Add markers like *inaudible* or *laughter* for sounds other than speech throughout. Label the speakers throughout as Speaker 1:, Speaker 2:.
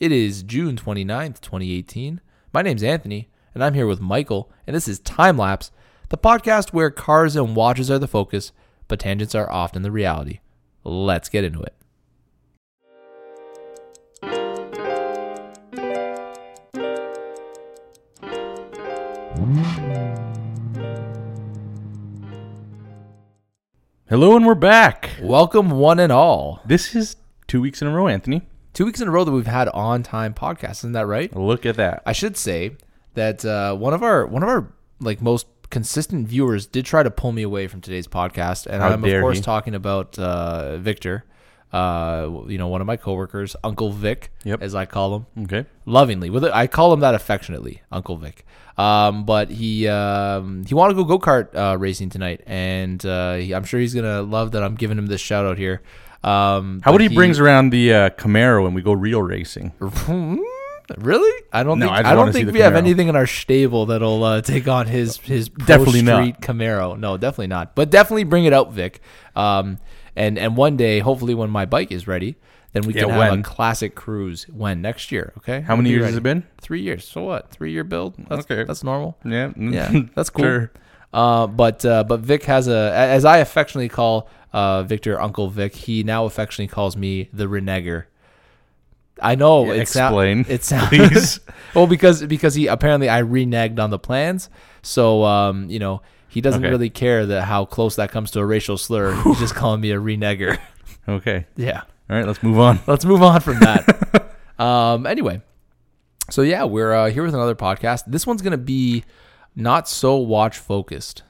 Speaker 1: It is June 29th, 2018. My name's Anthony, and I'm here with Michael, and this is Time Lapse, the podcast where cars and watches are the focus, but tangents are often the reality. Let's get into it.
Speaker 2: Hello, and we're back.
Speaker 1: Welcome, one and all.
Speaker 2: This is two weeks in a row, Anthony.
Speaker 1: Two weeks in a row that we've had on time podcasts, isn't that right?
Speaker 2: Look at that.
Speaker 1: I should say that uh, one of our one of our like most consistent viewers did try to pull me away from today's podcast, and
Speaker 2: How
Speaker 1: I'm of
Speaker 2: dare
Speaker 1: course
Speaker 2: he.
Speaker 1: talking about uh, Victor, uh, you know, one of my coworkers, Uncle Vic,
Speaker 2: Yep.
Speaker 1: as I call him
Speaker 2: Okay.
Speaker 1: lovingly. With I call him that affectionately, Uncle Vic. Um, but he um, he wanted to go go kart uh, racing tonight, and uh, he, I'm sure he's gonna love that I'm giving him this shout out here. Um,
Speaker 2: How
Speaker 1: but
Speaker 2: about he, brings around the uh, Camaro and we go real racing?
Speaker 1: *laughs* Really? I don't
Speaker 2: No,
Speaker 1: think
Speaker 2: I just
Speaker 1: I, don't
Speaker 2: wanna see
Speaker 1: think
Speaker 2: the
Speaker 1: we have
Speaker 2: Camaro.
Speaker 1: anything in our stable that'll uh, take on his his pro
Speaker 2: *laughs* Definitely not.
Speaker 1: street Camaro. No, definitely not. But definitely bring it out, Vic. Um, and and one day, hopefully, when my bike is ready, then we
Speaker 2: Yeah,
Speaker 1: can have a
Speaker 2: when?
Speaker 1: classic cruise. When next year? Okay.
Speaker 2: How many years has it been?
Speaker 1: Three years. So what? Three year build. That's,
Speaker 2: Okay.
Speaker 1: That's normal.
Speaker 2: *laughs* Yeah.
Speaker 1: Yeah, that's cool.
Speaker 2: Sure.
Speaker 1: Uh, but uh, but Vic has a as I affectionately call uh, Victor Uncle Vic. He now affectionately calls me the renegger. I know
Speaker 2: Yeah,
Speaker 1: it sou-
Speaker 2: explain,
Speaker 1: it sounds
Speaker 2: please.
Speaker 1: *laughs* well because because he apparently I reneged on the plans. So um, you know he doesn't
Speaker 2: Okay.
Speaker 1: really care that how close that comes to a racial slur. He's
Speaker 2: *laughs*
Speaker 1: just calling me a renegger. *laughs*
Speaker 2: Okay.
Speaker 1: yeah.
Speaker 2: All right, let's move on.
Speaker 1: Let's move on from that.
Speaker 2: *laughs*
Speaker 1: um, anyway, so yeah, we're uh, here with another podcast. This one's gonna be not so watch focused.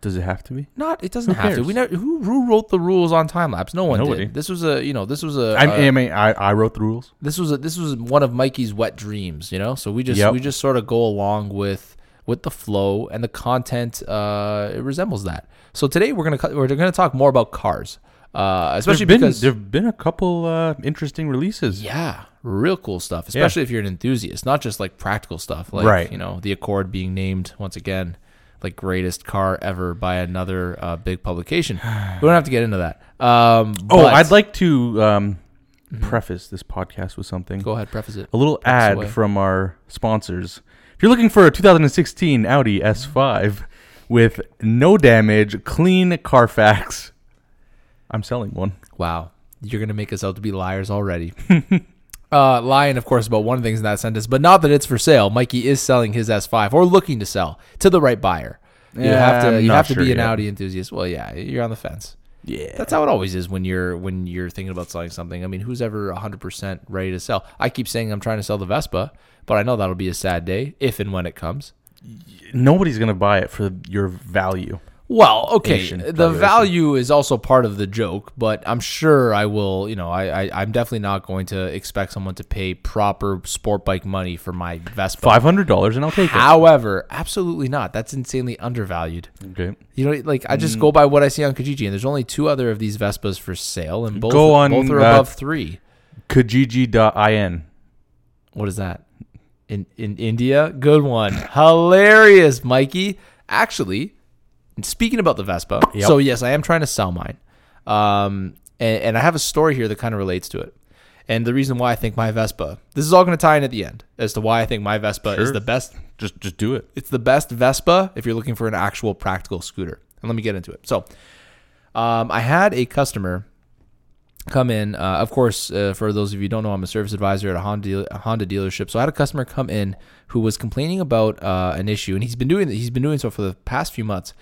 Speaker 2: Does it have to be?
Speaker 1: Not it doesn't
Speaker 2: Who
Speaker 1: have to.
Speaker 2: cares?
Speaker 1: We never, who who wrote the rules on time lapse? No one
Speaker 2: Nobody.
Speaker 1: did. This was a you know this was a
Speaker 2: I,
Speaker 1: uh,
Speaker 2: I mean, I, I wrote the rules.
Speaker 1: this was a this was one of Mikey's wet dreams. You know, so we just
Speaker 2: Yep.
Speaker 1: we just sort of go along with with the flow and the content. Uh, it resembles that. So today we're gonna co- we're gonna talk more about cars, uh, especially
Speaker 2: There've been
Speaker 1: because
Speaker 2: there've been a couple uh, interesting releases.
Speaker 1: Yeah, real cool stuff, especially if you're an enthusiast, not just like practical stuff. Like,
Speaker 2: Right.
Speaker 1: you know, the Accord being named once again like greatest car ever by another uh, big
Speaker 2: *sighs*
Speaker 1: publication. we don't have to get into that. Um,
Speaker 2: Oh,
Speaker 1: but-
Speaker 2: I'd like to um, preface this podcast with something.
Speaker 1: go ahead, preface it.
Speaker 2: a little ad
Speaker 1: away.
Speaker 2: from our sponsors. If you're looking for a 2016 Audi S5 with no damage, clean Carfax, I'm selling one.
Speaker 1: Wow, you're gonna make us out to be liars
Speaker 2: *laughs*
Speaker 1: already. uh, lying, of course, about one of the things in that sentence, but not that it's for sale. Mikey is selling his S5 or looking to sell to the right buyer. You
Speaker 2: Yeah,
Speaker 1: have to
Speaker 2: I'm
Speaker 1: you
Speaker 2: not
Speaker 1: have to
Speaker 2: sure
Speaker 1: be an
Speaker 2: yet.
Speaker 1: Audi enthusiast. Well, yeah, you're on the fence.
Speaker 2: Yeah.
Speaker 1: That's how it always is when you're when you're thinking about selling something. I mean, who's ever 100% ready to sell? I keep saying I'm trying to sell the Vespa, but I know that'll be a sad day if and when it comes.
Speaker 2: Nobody's going to buy it for your value.
Speaker 1: Well, okay,
Speaker 2: Asian
Speaker 1: the
Speaker 2: population.
Speaker 1: value is also part of the joke, but I'm sure I will, you know, I, I I'm definitely not going to expect someone to pay proper sport bike money for my Vespa.
Speaker 2: $500 and I'll take it.
Speaker 1: However, absolutely not. That's insanely undervalued.
Speaker 2: Okay.
Speaker 1: You know, like I just go by what I see on Kijiji, and there's only two other of these Vespas for sale, and both
Speaker 2: Go on,
Speaker 1: both are
Speaker 2: uh,
Speaker 1: above three.
Speaker 2: Kijiji.in.
Speaker 1: what is that in in India? Good one, hilarious, Mikey. Actually, speaking about the Vespa,
Speaker 2: Yep.
Speaker 1: so yes, I am trying to sell mine, um, and, and I have a story here that kind of relates to it, and the reason why I think my Vespa. This is all going to tie in at the end as to why I think my Vespa is
Speaker 2: Sure.
Speaker 1: the best
Speaker 2: Just just do it.
Speaker 1: it's the best Vespa if you're looking for an actual practical scooter. And let me get into it. So, um, I had a customer come in. Uh, of course, uh, for those of you who don't know, I'm a service advisor at a Honda, deal- a Honda dealership. So I had a customer come in who was complaining about uh, an issue, and he's been doing he's been doing so for the past few months.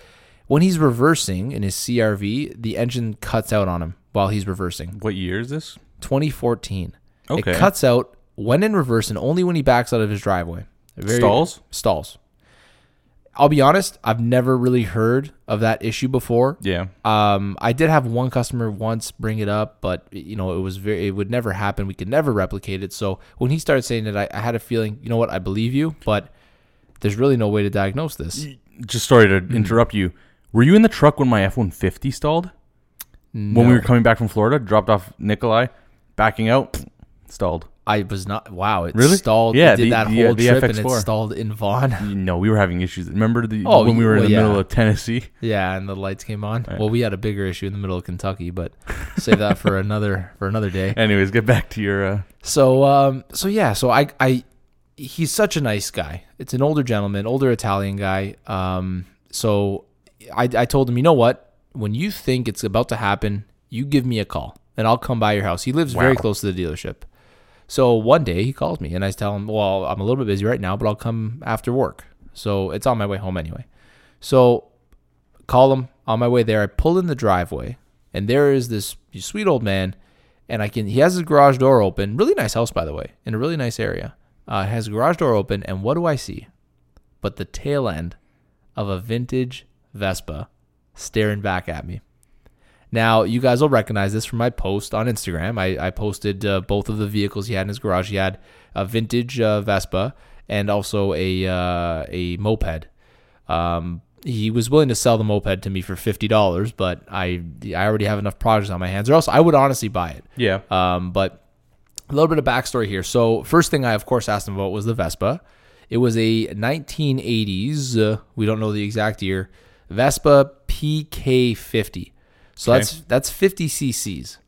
Speaker 1: When he's reversing in his CRV, the engine cuts out on him while he's reversing.
Speaker 2: What year is this?
Speaker 1: 2014.
Speaker 2: Okay.
Speaker 1: It cuts out when in reverse and only when he backs out of his driveway. Very-
Speaker 2: Stalls?
Speaker 1: Stalls. I'll be honest, I've never really heard of that issue before.
Speaker 2: Yeah.
Speaker 1: Um, I did have one customer once bring it up, but you know, it was very, it would never happen. We could never replicate it. So when he started saying it, I, I had a feeling, you know what, I believe you, but there's really no way to diagnose this.
Speaker 2: Just sorry to interrupt you. Were you in the truck when my F 150 stalled? When we were coming back from Florida, dropped off Nikolai, backing out, *sniffs* stalled.
Speaker 1: I was not. Wow, it
Speaker 2: Really?
Speaker 1: stalled.
Speaker 2: Yeah,
Speaker 1: it did
Speaker 2: the-
Speaker 1: that
Speaker 2: the- uh,
Speaker 1: whole
Speaker 2: the
Speaker 1: trip and
Speaker 2: FX4.
Speaker 1: it stalled in Vaughn.
Speaker 2: No, we were having issues. Remember the
Speaker 1: Oh,
Speaker 2: when we were in
Speaker 1: well,
Speaker 2: the
Speaker 1: yeah.
Speaker 2: middle of Tennessee? *laughs*
Speaker 1: yeah, and the lights came on.
Speaker 2: Right.
Speaker 1: Well, we had a bigger issue in the middle of Kentucky,
Speaker 2: *laughs*
Speaker 1: but save that for another for another day.
Speaker 2: Anyways, get back to your. Uh,
Speaker 1: So um so yeah, so I I he's such a nice guy. It's an older gentleman, older Italian guy. Um so I I told him, "You know what? When you think it's about to happen, you give me a call and I'll come by your house." He lives very
Speaker 2: Wow.
Speaker 1: close to the dealership. So one day he calls me and I tell him, "Well, I'm a little bit busy right now, but I'll come after work." So it's on my way home anyway. So call him on my way there. I pull in the driveway, and there is this sweet old man, and I can he has his garage door open. Really nice house, by the way, in a really nice area. Uh, has the garage door open, and what do I see? But the tail end of a vintage Vespa staring back at me. Now, you guys will recognize this from my post on Instagram. I, I posted uh, both of the vehicles he had in his garage. He had a vintage uh, Vespa and also a uh, a moped. Um, he was willing to sell the moped to me for fifty dollars, but I I already have enough projects on my hands, or else I would honestly buy it.
Speaker 2: yeah.
Speaker 1: Um, but a little bit of backstory here. So first thing I of course asked him about was the Vespa. It was a 1980s. Uh, we don't know the exact year. Vespa PK50. So
Speaker 2: Okay.
Speaker 1: that's that's 50 cc's.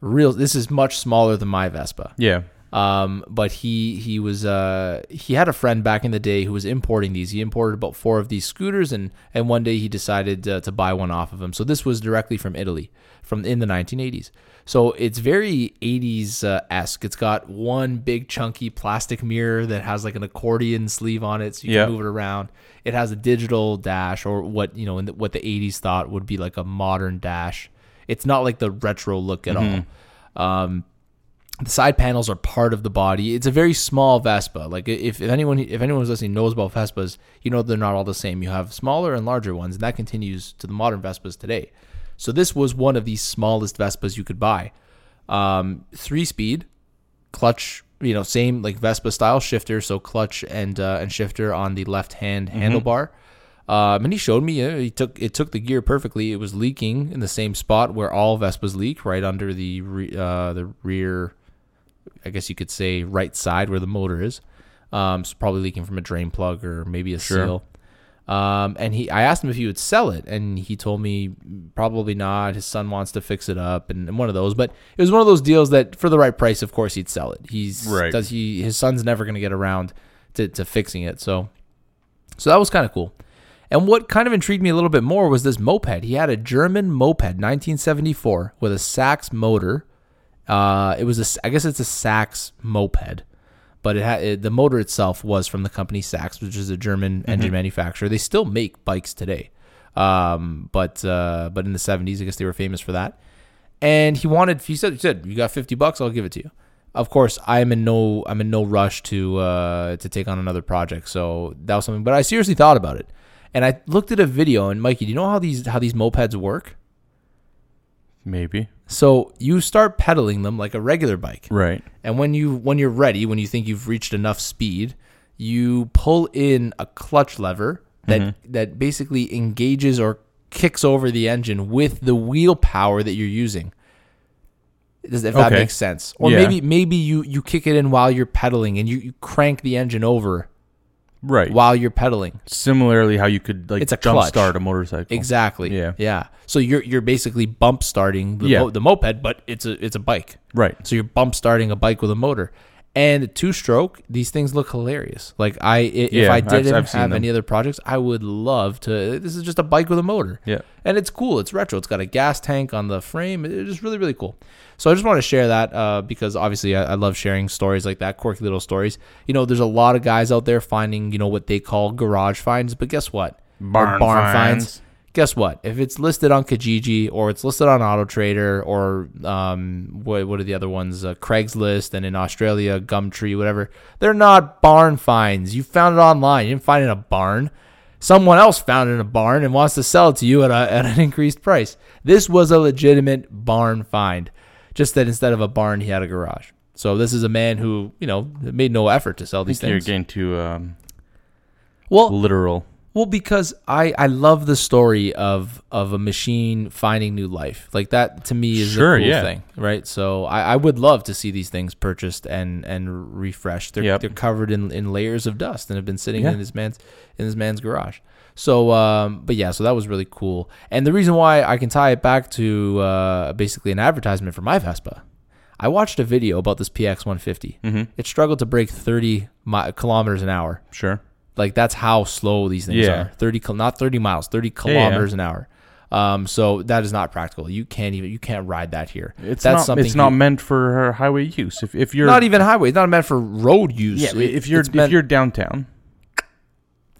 Speaker 1: Real. This is much smaller than my Vespa.
Speaker 2: yeah.
Speaker 1: Um, but he he was uh he had a friend back in the day who was importing these. He imported about four of these scooters, and and one day he decided uh, to buy one off of him. So this was directly from Italy, from in the 1980s. So it's very 80s uh, esque. It's got one big chunky plastic mirror that has like an accordion sleeve on it, so you
Speaker 2: Yeah.
Speaker 1: can move it around. It has a digital dash, or what you know, in the, what the 80s thought would be like a modern dash. It's not like the retro look at all. The side panels are part of the body. It's a very small Vespa. Like if, if anyone if anyone who's listening knows about Vespas, you know they're not all the same. You have smaller and larger ones, and that continues to the modern Vespas today. So this was one of the smallest Vespas you could buy. Um, three speed, clutch, you know, same like Vespa style shifter, so clutch and uh, and shifter on the left hand handlebar. Um, and he showed me uh, he took it took the gear perfectly. It was leaking in the same spot where all Vespas leak, right under the re, uh, the rear I guess you could say right side where the motor is. Um, it's probably leaking from a drain plug or maybe a seal. Um, and he, I asked him if he would sell it, and he told me probably not. His son wants to fix it up, and, and one of those. But it was one of those deals that, for the right price, of course, he'd sell it. He's
Speaker 2: Right.
Speaker 1: does he? His son's never going to get around to, to fixing it, so so that was kind of cool. And what kind of intrigued me a little bit more was this moped. He had a German moped, 1974, with a Sachs motor. Uh, it was a, s- I guess it's a Sachs moped, but it had it, the motor itself was from the company Sachs, which is a German engine manufacturer. They still make bikes today, um, but uh, but in the 70s, I guess they were famous for that and he wanted he said he said you got 50 bucks i'll give it to you of course i'm in no i'm in no rush to uh to take on another project so that was something but i seriously thought about it and i looked at a video and mikey do you know how these how these mopeds work
Speaker 2: Maybe.
Speaker 1: so you start pedaling them like a regular bike
Speaker 2: Right.
Speaker 1: and when you when you're ready, when you think you've reached enough speed, you pull in a clutch lever that
Speaker 2: Mm-hmm.
Speaker 1: that basically engages or kicks over the engine with the wheel power that you're using. Does- If that
Speaker 2: Okay.
Speaker 1: makes sense, or
Speaker 2: Yeah.
Speaker 1: maybe maybe you you kick it in while you're pedaling and you, you crank the engine over
Speaker 2: Right.
Speaker 1: while you're pedaling.
Speaker 2: Oh, Similarly, how you could like
Speaker 1: It's a
Speaker 2: jump
Speaker 1: clutch.
Speaker 2: start a motorcycle.
Speaker 1: Exactly.
Speaker 2: Yeah.
Speaker 1: Yeah. So you're you're basically bump starting the,
Speaker 2: Yeah.
Speaker 1: mo- the moped, but it's a it's a bike.
Speaker 2: Right.
Speaker 1: So you're bump starting a bike with a motor. And two stroke, these things look hilarious. Like I, i- if
Speaker 2: Yeah,
Speaker 1: I
Speaker 2: I've-
Speaker 1: didn't
Speaker 2: I've seen
Speaker 1: have
Speaker 2: them.
Speaker 1: any other projects, I would love to. This is just a bike with a motor.
Speaker 2: Yeah.
Speaker 1: And it's cool. It's retro. It's got a gas tank on the frame. It's just really, really cool. So I just want to share that uh, because obviously I, I love sharing stories like that, quirky little stories. You know, there's a lot of guys out there finding, you know, what they call garage finds. But guess what?
Speaker 2: Barn finds.
Speaker 1: Guess what? If it's listed on Kijiji or it's listed on Auto Trader or um, what, what are the other ones? Uh, Craigslist and in Australia, Gumtree, whatever. They're not barn finds. You found it online. You didn't find it in a barn. Someone else found it in a barn and wants to sell it to you at, a, *laughs* at an increased price. This was a legitimate barn find, just that instead of a barn, he had a garage. So this is a man who, you know, made no effort to sell these
Speaker 2: You're
Speaker 1: things.
Speaker 2: getting too um,
Speaker 1: Well,
Speaker 2: literal.
Speaker 1: Well, because I I love the story of of a machine finding new life. Like that to me is
Speaker 2: Sure,
Speaker 1: a cool
Speaker 2: yeah.
Speaker 1: thing, right? So I, I would love to see these things purchased and and refreshed. They're
Speaker 2: Yep.
Speaker 1: they're covered in, in layers of dust and have been sitting
Speaker 2: Yeah.
Speaker 1: in this man's in this man's garage. So um but yeah, so that was really cool. And the reason why I can tie it back to uh basically an advertisement for my Vespa. I watched a video about this PX 150.
Speaker 2: Mm-hmm.
Speaker 1: It struggled to break 30 mi- kilometers an hour
Speaker 2: Sure.
Speaker 1: like that's how slow these things are
Speaker 2: Yeah.
Speaker 1: 30 kil- not 30 miles 30
Speaker 2: yeah, yeah.
Speaker 1: kilometers an hour um so that is not practical you can't even you can't ride that here
Speaker 2: It's
Speaker 1: that's
Speaker 2: not.
Speaker 1: something
Speaker 2: it's not
Speaker 1: you-
Speaker 2: meant for her highway use. If if you're
Speaker 1: not even highway it's not meant for road use
Speaker 2: yeah,
Speaker 1: It-
Speaker 2: if you're
Speaker 1: it's meant-
Speaker 2: if you're downtown,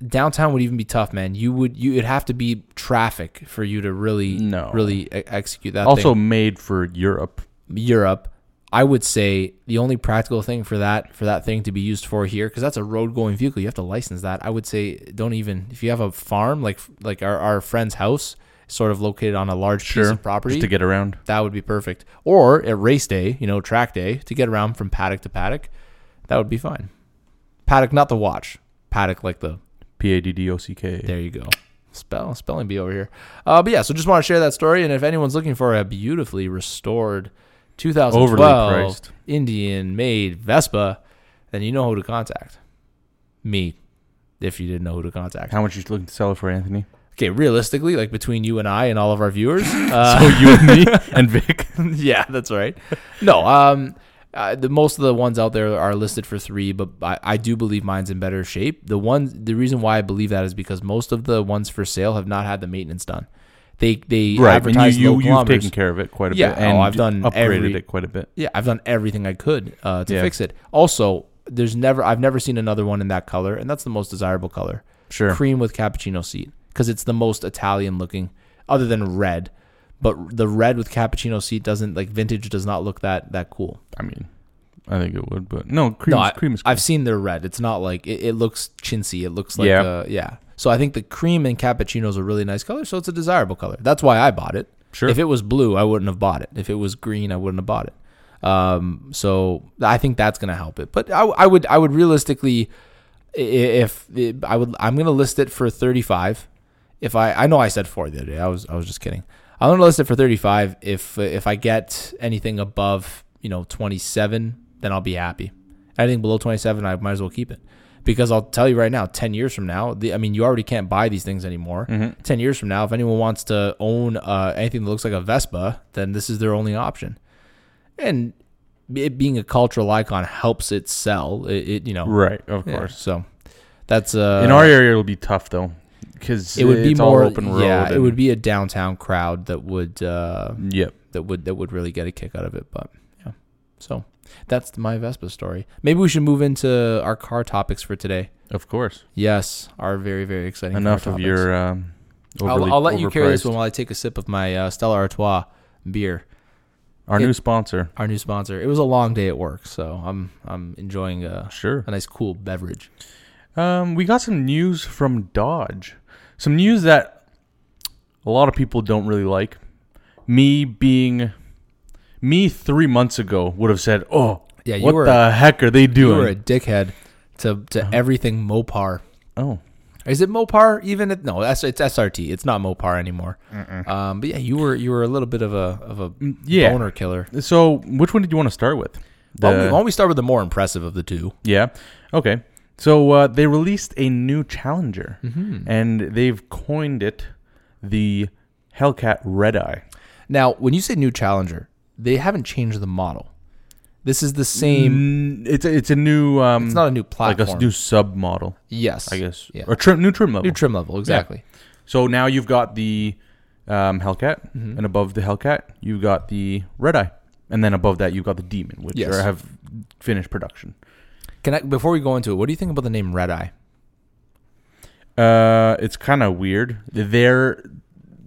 Speaker 1: downtown would even be tough man you would you would have to be traffic for you to really
Speaker 2: No.
Speaker 1: really e- execute that
Speaker 2: also
Speaker 1: thing.
Speaker 2: made for Europe.
Speaker 1: europe i would say the only practical thing for that for that thing to be used for here because that's a road going vehicle you have to license that i would say don't even if you have a farm like like our, our friend's house sort of located on a large piece
Speaker 2: Sure.
Speaker 1: of property
Speaker 2: Just to get around.
Speaker 1: that would be perfect or at race day you know track day to get around from paddock to paddock that would be fine paddock not the watch paddock like the
Speaker 2: P a d d o c k.
Speaker 1: there you go. Spell spelling bee over here. Uh, but yeah, so just want to share that story. And if anyone's looking for a beautifully restored 2012
Speaker 2: priced.
Speaker 1: Indian made Vespa, then you know who to contact. Me, if you didn't know who to contact.
Speaker 2: How much you looking to sell it
Speaker 1: *laughs*
Speaker 2: for, Anthony?
Speaker 1: Okay, realistically, like between you and I and all of our
Speaker 2: *laughs*
Speaker 1: viewers, uh,
Speaker 2: So Oh, you and me
Speaker 1: *laughs*
Speaker 2: and Vic.
Speaker 1: yeah, that's right. No, um, uh, the most of the ones out there are listed for three, but I, I do believe mine's in better shape. The one, the reason why I believe that is because most of the ones for sale have not had the maintenance done. They they
Speaker 2: And you,
Speaker 1: advertise
Speaker 2: you
Speaker 1: low
Speaker 2: you've
Speaker 1: kilometers.
Speaker 2: taken care of it quite a
Speaker 1: Yeah,
Speaker 2: bit.
Speaker 1: oh,
Speaker 2: And
Speaker 1: I've done
Speaker 2: upgraded
Speaker 1: every-
Speaker 2: it quite a bit.
Speaker 1: yeah, I've done everything I could uh, to
Speaker 2: Yeah.
Speaker 1: fix it. Also, there's never I've never seen another one in that color, and that's the most desirable color.
Speaker 2: Sure.
Speaker 1: cream with cappuccino seed because it's the most Italian looking, other than red. But the red with cappuccino seed doesn't like vintage does not look that that cool.
Speaker 2: I mean, I think it would, but no, cream.
Speaker 1: no,
Speaker 2: is, cream is.
Speaker 1: I, have seen their red. It's not like it, it looks chintzy. It looks like
Speaker 2: Yeah.
Speaker 1: yeah. Uh, yeah. So I think the cream and cappuccino is a really nice color. So it's a desirable color. That's why I bought it.
Speaker 2: Sure.
Speaker 1: If it was blue, I wouldn't have bought it. If it was green, I wouldn't have bought it. Um, so I think that's gonna help it. But I, I would I would realistically, i- if it, I would I'm gonna list it for 35. If I I know I said four the other day. I was I was just kidding. I'm gonna list it for 35. If if I get anything above you know 27, then I'll be happy. Anything below 27, I might as well keep it. Because I'll tell you right now, 10 years from now, the, I mean, you already can't buy these things anymore.
Speaker 2: Mm. Mm-hmm.
Speaker 1: 10 years from now, if anyone wants to own uh, anything that looks like a Vespa, then this is their only option. And it being a cultural icon helps it sell. It, it you know,
Speaker 2: right, of
Speaker 1: Oh. yeah,
Speaker 2: course.
Speaker 1: So that's uh,
Speaker 2: In our area, it'll be tough though, because
Speaker 1: it would be more
Speaker 2: all open road.
Speaker 1: yeah, it
Speaker 2: and-
Speaker 1: would be a downtown crowd that would uh,
Speaker 2: Yep.
Speaker 1: that would that would really get a kick out of it. But yeah, so that's my Vespa story. Maybe we should move into our car topics for today.
Speaker 2: Of course.
Speaker 1: Yes, are very very exciting. car
Speaker 2: Enough of
Speaker 1: topics.
Speaker 2: your. Um, overly
Speaker 1: I'll, I'll let you carry this
Speaker 2: overpriced-
Speaker 1: one while I take a sip of my uh, Stella Artois beer,
Speaker 2: Our
Speaker 1: Yeah.
Speaker 2: new sponsor.
Speaker 1: our new sponsor. It was a long day at work, so I'm I'm enjoying a,
Speaker 2: Sure.
Speaker 1: a nice cool beverage.
Speaker 2: Um, we got some news from Dodge. Some news that a lot of people don't really like. Me being me three months ago would have said, "Oh,
Speaker 1: Yeah, you
Speaker 2: what
Speaker 1: were-
Speaker 2: the heck are they
Speaker 1: You were a
Speaker 2: doing?" Uh-huh.
Speaker 1: dickhead to to everything Mopar.
Speaker 2: oh,
Speaker 1: Is it Mopar even? At, no, that's it's SRT. It's not Mopar anymore. Um, but yeah, you were you were a little bit of a of a
Speaker 2: Mm, yeah.
Speaker 1: boner killer.
Speaker 2: so which one did you want to start with?
Speaker 1: Why don't,
Speaker 2: The-
Speaker 1: we, why don't we start with the more impressive of the two?
Speaker 2: Yeah. Okay. So uh, they released a new Challenger,
Speaker 1: Mm-hmm.
Speaker 2: and they've coined it the Hellcat Red Eye.
Speaker 1: Now, when you say new Challenger, they haven't changed the model. This is the same.
Speaker 2: Mm, It's a, it's a new um,
Speaker 1: It's not a new
Speaker 2: like
Speaker 1: platform.
Speaker 2: a new sub model,
Speaker 1: yes,
Speaker 2: I guess,
Speaker 1: Yeah.
Speaker 2: or trim new trim level.
Speaker 1: New trim level, exactly.
Speaker 2: So now you've got the um, Hellcat, and above the Hellcat, you've got the Red Eye, and then above that, you've got the Demon, which
Speaker 1: Yes.
Speaker 2: are, have finished production.
Speaker 1: Can I before we go into it, what do you think about the name Red Eye?
Speaker 2: Uh, it's kind of weird. Their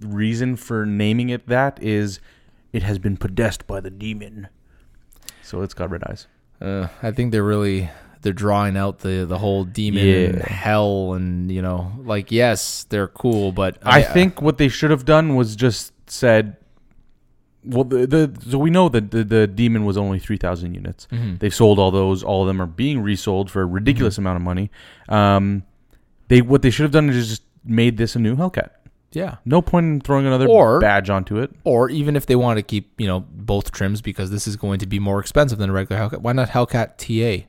Speaker 2: reason for naming it that is it has been possessed by the demon, so it's got red eyes.
Speaker 1: Uh, I think they're really they're drawing out the the whole demon and
Speaker 2: Yeah.
Speaker 1: hell and you know like yes they're cool but
Speaker 2: I think what they should have done was just said. Well, the, the so we know that the, the demon was only three thousand units.
Speaker 1: Mm-hmm.
Speaker 2: They've sold all those. All of them are being resold for a ridiculous amount of money. Um, they what they should have done is just made this a new Hellcat.
Speaker 1: uh, Yeah.
Speaker 2: No point in throwing another
Speaker 1: Or-
Speaker 2: badge onto it.
Speaker 1: Or even if they want to keep, you know, both trims because this is going to be more expensive than a regular Hellcat, why not Hellcat TA?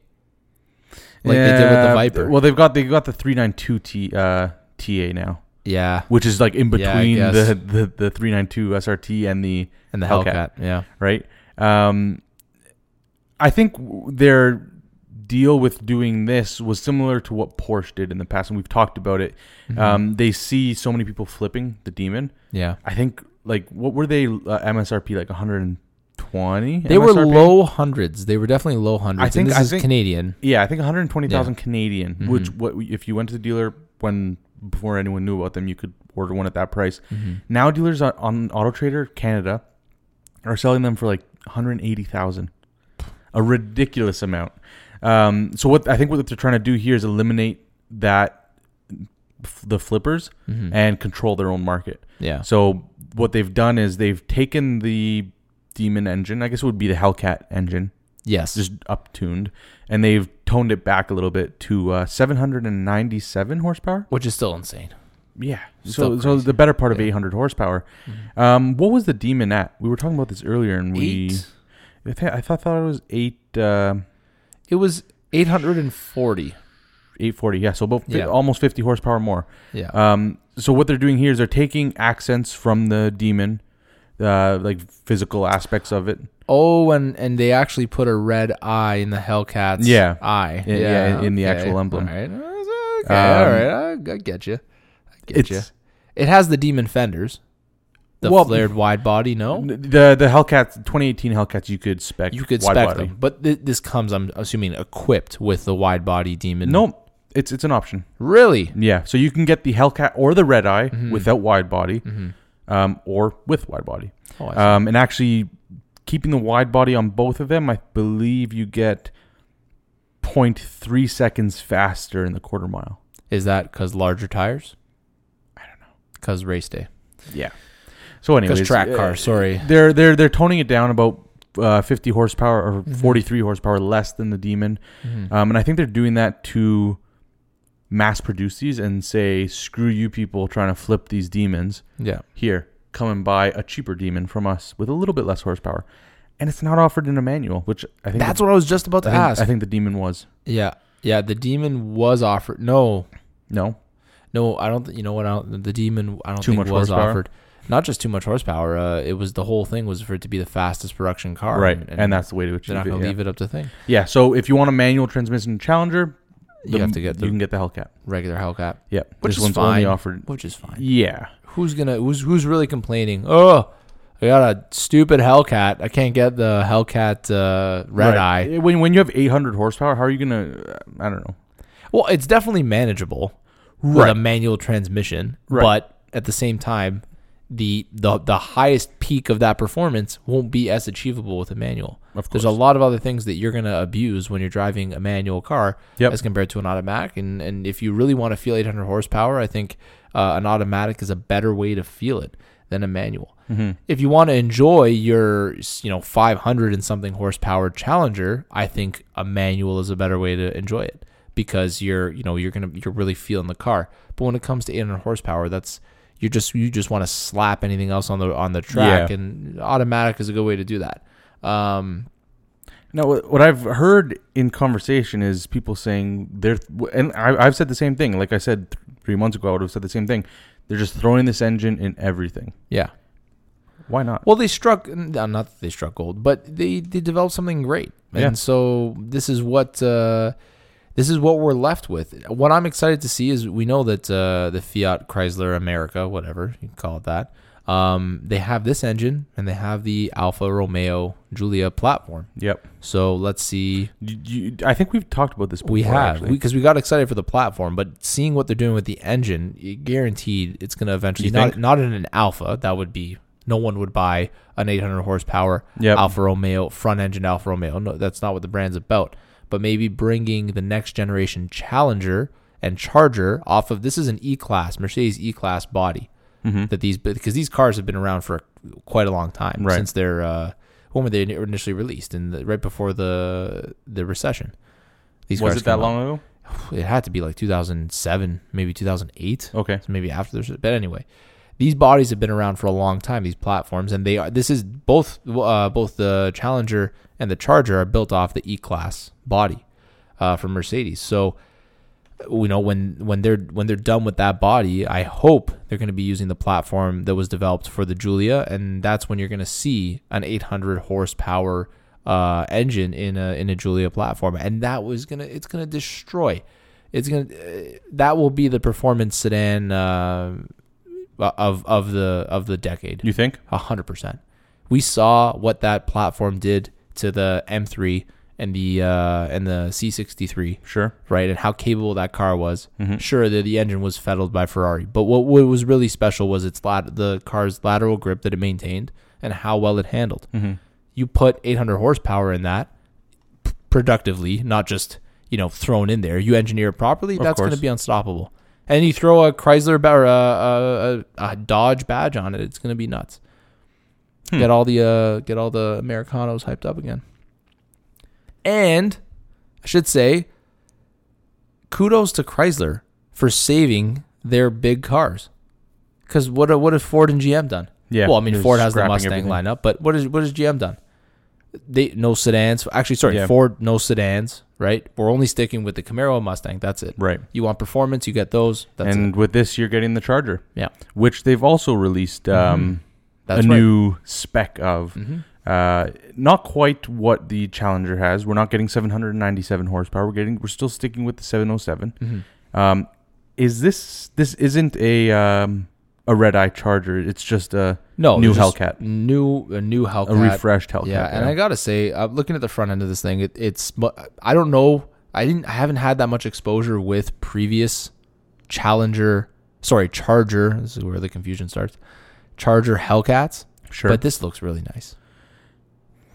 Speaker 1: Like they did with the
Speaker 2: Yeah,
Speaker 1: Viper.
Speaker 2: Well, they've got they got the 392 T uh, TA now,
Speaker 1: yeah.
Speaker 2: which is like in
Speaker 1: Yeah, I
Speaker 2: between
Speaker 1: guess.
Speaker 2: the, the the 392 SRT and the
Speaker 1: And the Hellcat.
Speaker 2: Hellcat.
Speaker 1: Yeah.
Speaker 2: right? Um, I think w- their deal with doing this was similar to what Porsche did in the past, and we've talked about it.
Speaker 1: Mm-hmm.
Speaker 2: Um, they see so many people flipping the Demon.
Speaker 1: Yeah.
Speaker 2: I think like what were they uh, MSRP like 120?
Speaker 1: They were low hundreds. They were definitely low hundreds. I think,
Speaker 2: think-
Speaker 1: and this
Speaker 2: I
Speaker 1: is
Speaker 2: think-
Speaker 1: Canadian.
Speaker 2: Yeah, I think 120,000 Canadian,
Speaker 1: Mm-hmm.
Speaker 2: which what we- if you went to the dealer when before anyone knew about them, you could order one at that price. Now dealers on, on Auto Trader Canada are selling them for like 180,000. A ridiculous amount. Um, so what I think what they're trying to do here is eliminate that f- the flippers and control their own market.
Speaker 1: Mm-hmm. Yeah.
Speaker 2: So what they've done is they've taken the Demon engine, I guess it would be the Hellcat engine
Speaker 1: Yes.
Speaker 2: just up tuned, and they've toned it back a little bit to uh, 797 horsepower.
Speaker 1: which is still insane.
Speaker 2: Yeah,
Speaker 1: still
Speaker 2: so so the better part of 800 horsepower.
Speaker 1: Mm-hmm.
Speaker 2: Um, what was the demon at? We were talking about this earlier, and we
Speaker 1: Eight.
Speaker 2: I, thi- I thought thought it was eight uh,
Speaker 1: It was 840.
Speaker 2: 840. Yeah, so about fi-
Speaker 1: Yeah.
Speaker 2: almost 50 horsepower more.
Speaker 1: Yeah.
Speaker 2: Um, so what they're doing here is they're taking accents from the demon, uh, like physical aspects of it.
Speaker 1: oh, and and they actually put a red eye in the Hellcat's
Speaker 2: Yeah.
Speaker 1: eye.
Speaker 2: Yeah, yeah, in the actual emblem.
Speaker 1: All right. Okay,
Speaker 2: Um,
Speaker 1: all right. I, I get you. I get
Speaker 2: it's-
Speaker 1: you. It has the demon fenders. The
Speaker 2: Well-
Speaker 1: flared wide body, no?
Speaker 2: The the Hellcats 2018 Hellcats you could spec
Speaker 1: You could
Speaker 2: wide
Speaker 1: spec
Speaker 2: body.
Speaker 1: them. But th- this comes, I'm assuming, equipped with the wide body demon.
Speaker 2: Nope, it's it's an option.
Speaker 1: Really?
Speaker 2: Yeah, so you can get the Hellcat or the Red Eye
Speaker 1: Mm-hmm.
Speaker 2: without wide body, um, or with wide body.
Speaker 1: Oh, I see.
Speaker 2: Um, and actually, keeping the wide body on both of them, I believe you get 0.3 seconds faster in the quarter mile.
Speaker 1: Is that because larger tires? I don't know. Because race day.
Speaker 2: Yeah. So, anyways,
Speaker 1: Because track
Speaker 2: uh,
Speaker 1: cars, *laughs* sorry.
Speaker 2: They're they're they're toning it down about uh, 50 horsepower or
Speaker 1: Mm-hmm.
Speaker 2: 43 horsepower less than the Demon, um, and I think they're doing that to mass produce these and say, screw you people trying to flip these demons.
Speaker 1: Yeah.
Speaker 2: here, come and buy a cheaper demon from us with a little bit less horsepower. And it's not offered in a manual, which I think
Speaker 1: That's what I was just about to
Speaker 2: I think,
Speaker 1: ask.
Speaker 2: I think the demon was.
Speaker 1: Yeah, yeah. The demon was offered. No,
Speaker 2: No.
Speaker 1: no. I don't. Th- you know what? I don't, the demon. I don't
Speaker 2: Too
Speaker 1: think
Speaker 2: much
Speaker 1: was
Speaker 2: horsepower?
Speaker 1: offered. Not just too much horsepower. Uh, it was the whole thing was for it to be the fastest production car.
Speaker 2: Right. And, that's the way to achieve
Speaker 1: they're not gonna
Speaker 2: it. Yeah.
Speaker 1: leave it up to thing.
Speaker 2: Yeah, so if you want a manual transmission challenger,
Speaker 1: You
Speaker 2: the-
Speaker 1: have to get the
Speaker 2: you can get the Hellcat.
Speaker 1: regular Hellcat,
Speaker 2: Yeah.
Speaker 1: which
Speaker 2: this
Speaker 1: is
Speaker 2: one's
Speaker 1: fine.
Speaker 2: only offered
Speaker 1: Which is fine.
Speaker 2: Yeah.
Speaker 1: Who's gonna? Who's who's really complaining? Oh, I got a stupid Hellcat. I can't get the Hellcat uh, red eye.
Speaker 2: Right. When when you have 800 horsepower, how are you going to I don't know.
Speaker 1: Well, it's definitely manageable with a
Speaker 2: Right.
Speaker 1: manual transmission,
Speaker 2: Right.
Speaker 1: but at the same time, the, the the highest peak of that performance won't be as achievable with a manual.
Speaker 2: Of
Speaker 1: There's a lot of other things that you're gonna abuse when you're driving a manual car
Speaker 2: Yep.
Speaker 1: as compared to an automatic. And and if you really want to feel 800 horsepower, I think uh, an automatic is a better way to feel it than a manual. If you want to enjoy your you know 500 and something horsepower Challenger, I think a manual is a better way to enjoy it because you're you know you're gonna you're really feeling the car. But when it comes to 800 horsepower, that's you just you just want to slap anything else on the on the track,
Speaker 2: Yeah.
Speaker 1: and automatic is a good way to do that. Um,
Speaker 2: No, what what I've heard in conversation is people saying they're, and I, I've said the same thing. Like I said th- three months ago, I would have said the same thing. They're just throwing this engine in everything.
Speaker 1: yeah.
Speaker 2: Why not?
Speaker 1: Well, they struck no, not that they struck gold, but they they developed something great,
Speaker 2: Yeah.
Speaker 1: and so this is what uh, this is what we're left with. What I'm excited to see is we know that uh, the Fiat Chrysler America, whatever you can call it that, um, they have this engine and they have the Alfa Romeo Giulia platform.
Speaker 2: Yep.
Speaker 1: So let's see.
Speaker 2: You, you- I think we've talked about this. Before,
Speaker 1: We have
Speaker 2: actually.
Speaker 1: because we, got excited for the platform, but seeing what they're doing with the engine, it guaranteed it's going to eventually
Speaker 2: You
Speaker 1: not
Speaker 2: think?
Speaker 1: not in an Alpha. That would be no one would buy an 800 horsepower
Speaker 2: Yep.
Speaker 1: Alfa Romeo front engine Alfa Romeo. No, that's not what the brand's about. But maybe bringing the next generation Challenger and Charger off of this is an E class Mercedes E class body
Speaker 2: Mm-hmm.
Speaker 1: that these because these cars have been around for quite a long time
Speaker 2: Right.
Speaker 1: since their uh, when were they initially released and the, right before the the recession. These
Speaker 2: was
Speaker 1: cars
Speaker 2: it that
Speaker 1: came out.
Speaker 2: long ago?
Speaker 1: it had to be like 2007, maybe 2008.
Speaker 2: Okay.
Speaker 1: So maybe after there's but anyway these bodies have been around for a long time these platforms and they are this is both uh, both the challenger and the charger are built off the e-class body uh, from mercedes so you know when when they're when they're done with that body i hope they're going to be using the platform that was developed for the julia and that's when you're going to see an 800 horsepower uh, engine in a in a julia platform and that was gonna it's gonna destroy it's gonna uh, that will be the performance sedan uh, of of the of the decade.
Speaker 2: You think?
Speaker 1: A hundred percent. We saw what that platform did to the M3 and the uh, and the C63,
Speaker 2: Sure.
Speaker 1: right? And how capable that car was. Sure, the, the engine was fettled by Ferrari, but what, what was really special was its lat- the car's lateral grip that it maintained and how well it handled. You put 800 horsepower in that p- productively, not just you know thrown in there. You engineer it properly, that's going to
Speaker 2: course.
Speaker 1: be unstoppable. And you throw a Chrysler ba- or a, a, a, a Dodge badge on it, it's going to be nuts. Get all the uh, get all the Americanos hyped up again. And I should say, kudos to Chrysler for saving their big cars. Because what what has Ford and GM done?
Speaker 2: Yeah,
Speaker 1: Well, I mean
Speaker 2: they're
Speaker 1: Ford has the
Speaker 2: scrapping
Speaker 1: Mustang
Speaker 2: everything.
Speaker 1: lineup, but what is what has GM done? They no sedans. Actually, sorry,
Speaker 2: Yeah.
Speaker 1: Ford no sedans. Right. We're only sticking with the Camaro and Mustang. That's it.
Speaker 2: Right.
Speaker 1: You want performance, you get those. That's it.
Speaker 2: and with this, you're getting the Charger,
Speaker 1: Yeah.
Speaker 2: which they've also released um,
Speaker 1: Mm-hmm. That's
Speaker 2: a
Speaker 1: right. Mm-hmm.
Speaker 2: new spec of. Uh, not quite what the Challenger has. We're not getting 797 horsepower. We're getting. We're still sticking with the 707.
Speaker 1: Mm-hmm.
Speaker 2: Um, is this this isn't a um, a red eye Charger? It's just a
Speaker 1: No,
Speaker 2: new
Speaker 1: they're just
Speaker 2: Hellcat,
Speaker 1: New a new Hellcat.
Speaker 2: a refreshed Hellcat.
Speaker 1: Yeah, and I gotta say, uh, looking at the front end of this thing, it, it's mu- I don't know, I didn't, I haven't had that much exposure with previous Challenger, sorry, Charger. This is where the confusion starts. Charger Hellcats,
Speaker 2: sure.
Speaker 1: but this looks really nice.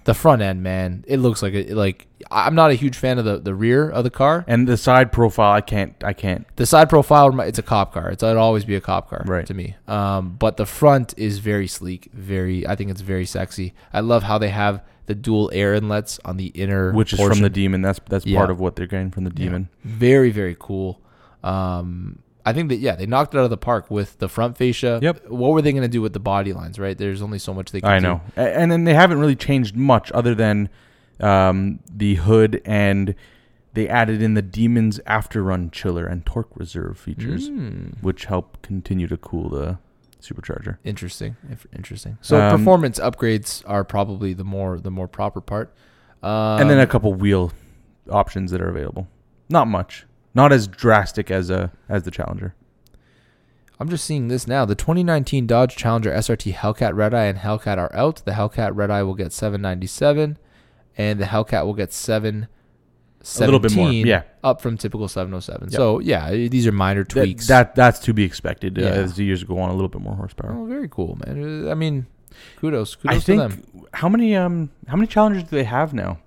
Speaker 1: The front end, man, it looks like a, like I- I'm not a huge fan of the the rear of the car.
Speaker 2: and the side profile, I can't. I can't.
Speaker 1: The side profile, remi- it's a cop car. It's, it'd always be a cop car
Speaker 2: Right.
Speaker 1: to me. Um, but the front is very sleek. Very, I think it's very sexy. I love how they have the dual air inlets on the inner,
Speaker 2: Which is from
Speaker 1: portion.
Speaker 2: the Demon. That's that's
Speaker 1: Yeah.
Speaker 2: part of what they're getting from the Demon.
Speaker 1: very very cool. Um, I think that yeah, they knocked it out of the park with the front fascia.
Speaker 2: Yep.
Speaker 1: What were they going to do with the body lines? Right. There's only so much they can.
Speaker 2: I
Speaker 1: do.
Speaker 2: know. A- And then they haven't really changed much other than um, the hood and they added in the Demon's After Run chiller and torque reserve features,
Speaker 1: Mm.
Speaker 2: which help continue to cool the supercharger.
Speaker 1: Interesting. Inf- Interesting. So
Speaker 2: Um,
Speaker 1: performance upgrades are probably the more the more proper part. Uh,
Speaker 2: and then a couple wheel options that are available. Not much. Not as drastic as a as the Challenger.
Speaker 1: I'm just seeing this now. The 2019 Dodge Challenger SRT Hellcat Red Eye and Hellcat are out. The Hellcat Red Eye will get 797, and the Hellcat will get 7.
Speaker 2: A little bit more, yeah.
Speaker 1: up from typical 707.
Speaker 2: Yep.
Speaker 1: So yeah, i- these are minor
Speaker 2: That-
Speaker 1: tweaks.
Speaker 2: That, that's to be expected uh,
Speaker 1: Yeah.
Speaker 2: as the years go on. A little bit more horsepower.
Speaker 1: oh, very cool, man. Uh, I mean, kudos, kudos
Speaker 2: I
Speaker 1: to them.
Speaker 2: think how many um how many Challengers do they have now?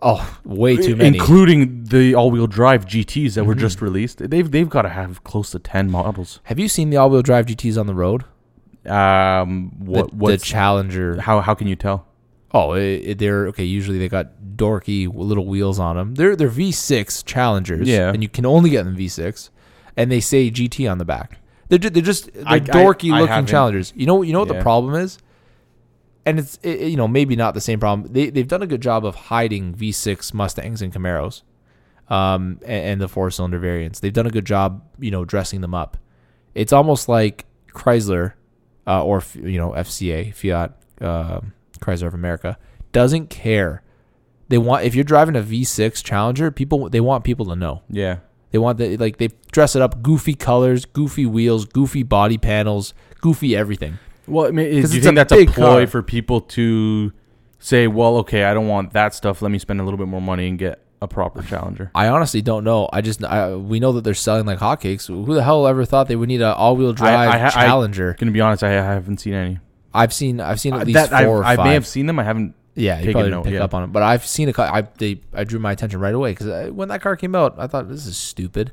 Speaker 1: Oh, way
Speaker 2: I-
Speaker 1: too many.
Speaker 2: including the all-wheel drive GTs that were just released. They've they've got to have close to ten models.
Speaker 1: Have you seen the all-wheel drive GTS on the road?
Speaker 2: Um,
Speaker 1: What
Speaker 2: what
Speaker 1: the,
Speaker 2: what's
Speaker 1: Challenger?
Speaker 2: how how can you tell?
Speaker 1: Oh, i i- they're okay. Usually they got dorky w- little wheels on them. They're they're V6 Challengers,
Speaker 2: Yeah.
Speaker 1: and you can only get them V6, and they say GT on the back. They're ju- they're just they're
Speaker 2: I- I-
Speaker 1: dorky
Speaker 2: I
Speaker 1: looking
Speaker 2: haven't.
Speaker 1: Challengers. You know you know what the
Speaker 2: Yeah.
Speaker 1: problem is, and it's it, it- you know maybe not the same problem. They they've done a good job of hiding V6 Mustangs and Camaros, um, a- and, and the four cylinder variants. They've done a good job you know dressing them up. It's almost like Chrysler uh, or f- you know FCA Fiat um Chrysler of America doesn't care. They want if you're driving a V6 Challenger, people they want people to know.
Speaker 2: Yeah,
Speaker 1: They want the like they dress it up goofy colors, goofy wheels, goofy body panels, goofy everything.
Speaker 2: well, I mean, is,
Speaker 1: 'Cause
Speaker 2: do you
Speaker 1: it's a
Speaker 2: think that's a
Speaker 1: big
Speaker 2: ploy
Speaker 1: car.
Speaker 2: for people to say, well, okay, I don't want that stuff. Let me spend a little bit more money and get a proper Challenger.
Speaker 1: I honestly don't know. I just I, we know that they're selling like hotcakes. Who the hell ever thought they would need an all-wheel drive
Speaker 2: I- I-
Speaker 1: Challenger?
Speaker 2: Gonna be honest, I, I haven't seen any.
Speaker 1: I, have seen I've seen at
Speaker 2: Uh,
Speaker 1: least
Speaker 2: that-
Speaker 1: four
Speaker 2: I,
Speaker 1: or
Speaker 2: I
Speaker 1: five.
Speaker 2: may have seen them. I haven't.
Speaker 1: Yeah, you
Speaker 2: taken
Speaker 1: probably
Speaker 2: note,
Speaker 1: didn't pick
Speaker 2: yeah.
Speaker 1: up on it, but I've seen a car. I they I drew my attention right away because when that car came out, I thought this is stupid.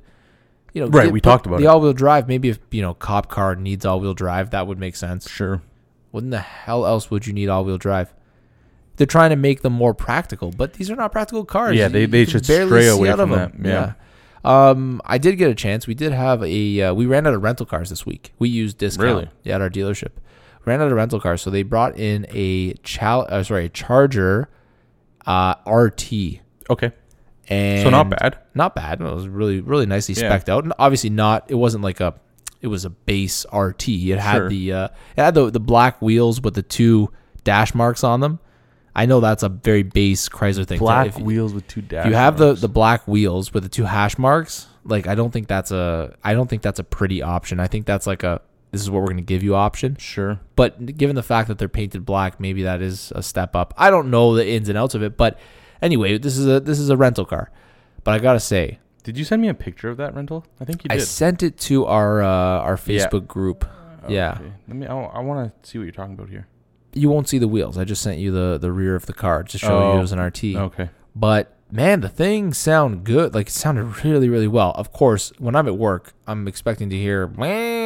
Speaker 1: You know,
Speaker 2: Right,
Speaker 1: get-
Speaker 2: we
Speaker 1: put
Speaker 2: talked about
Speaker 1: the
Speaker 2: it.
Speaker 1: all-wheel drive. Maybe if you know, cop car needs all-wheel drive, that would make sense.
Speaker 2: Sure.
Speaker 1: What in the hell else would you need all-wheel drive? they're trying to make them more practical, but these are not practical cars.
Speaker 2: Yeah,
Speaker 1: You-
Speaker 2: they-
Speaker 1: you
Speaker 2: they
Speaker 1: can
Speaker 2: should
Speaker 1: barely
Speaker 2: stray
Speaker 1: see
Speaker 2: away
Speaker 1: out of
Speaker 2: from
Speaker 1: them.
Speaker 2: that, yeah.
Speaker 1: Um, I did get a chance. We did have a uh, we ran out of rental cars this week. We used discount
Speaker 2: Really?
Speaker 1: at our dealership. Ran out of rental cars, so they brought in a chal- uh, sorry, a Charger uh, RT.
Speaker 2: Okay.
Speaker 1: And
Speaker 2: So not bad.
Speaker 1: Not bad. It was really really nicely
Speaker 2: Yeah.
Speaker 1: specked out. And obviously not it wasn't like a it was a base RT. It had
Speaker 2: Sure.
Speaker 1: the uh it had the the black wheels with the two dash marks on them. I know that's a very base Chrysler thing. So
Speaker 2: Black
Speaker 1: if,
Speaker 2: wheels with two dash.
Speaker 1: if you have
Speaker 2: marks.
Speaker 1: the the black wheels with the two hash marks, like I don't think that's a I don't think that's a pretty option. I think that's like a this is what we're going to give you option.
Speaker 2: sure.
Speaker 1: But given the fact that they're painted black, maybe that is a step up. I don't know the ins and outs of it, but anyway, this is a this is a rental car. But I gotta say,
Speaker 2: Did you send me a picture of that rental? I think you
Speaker 1: I
Speaker 2: did.
Speaker 1: sent it to our uh, our
Speaker 2: Yeah. Oh,
Speaker 1: Facebook group. yeah,
Speaker 2: Okay. Let me. I, want to see what you're talking about here.
Speaker 1: you won't see the wheels. I just sent you the the rear of the car to show you
Speaker 2: Oh.
Speaker 1: it was an RT.
Speaker 2: Okay.
Speaker 1: But man, the thing sound good. Like it sounded really, really well. Of course, when I'm at work, I'm expecting to hear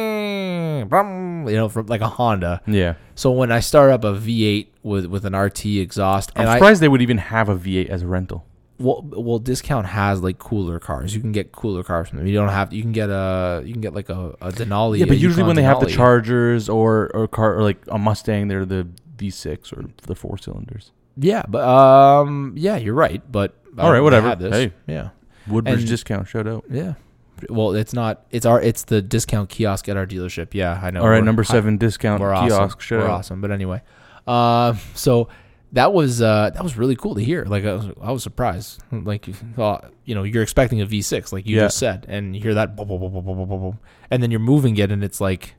Speaker 1: "Wah, brum," you know from like a Honda.
Speaker 2: Yeah.
Speaker 1: So when I start up a V8 with with an RT exhaust,
Speaker 2: I'm
Speaker 1: and I
Speaker 2: surprised they would even have a V8 as a rental.
Speaker 1: well, well, discount has like cooler cars. You can get cooler cars from them. You don't have. You can get a. You can get like a, a Denali.
Speaker 2: Yeah,
Speaker 1: a
Speaker 2: but usually
Speaker 1: Yukon
Speaker 2: when they have the
Speaker 1: Denali.
Speaker 2: Chargers or or car or like a Mustang, they're the V6 or the four cylinders.
Speaker 1: Yeah, but um, yeah, you're right. But I
Speaker 2: All right,
Speaker 1: don't
Speaker 2: whatever.
Speaker 1: have this.
Speaker 2: Hey.
Speaker 1: yeah,
Speaker 2: Woodbridge
Speaker 1: And-
Speaker 2: discount. Shout out.
Speaker 1: yeah. Well, it's not. It's our. It's the discount kiosk at our dealership. Yeah, I know.
Speaker 2: All right,
Speaker 1: We're-
Speaker 2: number
Speaker 1: I-
Speaker 2: seven discount
Speaker 1: we're
Speaker 2: Um, kiosk.
Speaker 1: awesome.
Speaker 2: Shout
Speaker 1: we're
Speaker 2: out.
Speaker 1: awesome. But anyway, um, so that was uh that was really cool to hear. Like I was, I was surprised. Like you thought, you know, you're expecting a V6, like you
Speaker 2: Yeah.
Speaker 1: just said, and you hear that, boom, boom, boom, boom, boom, boom, boom, boom, and then you're moving it, and it's like,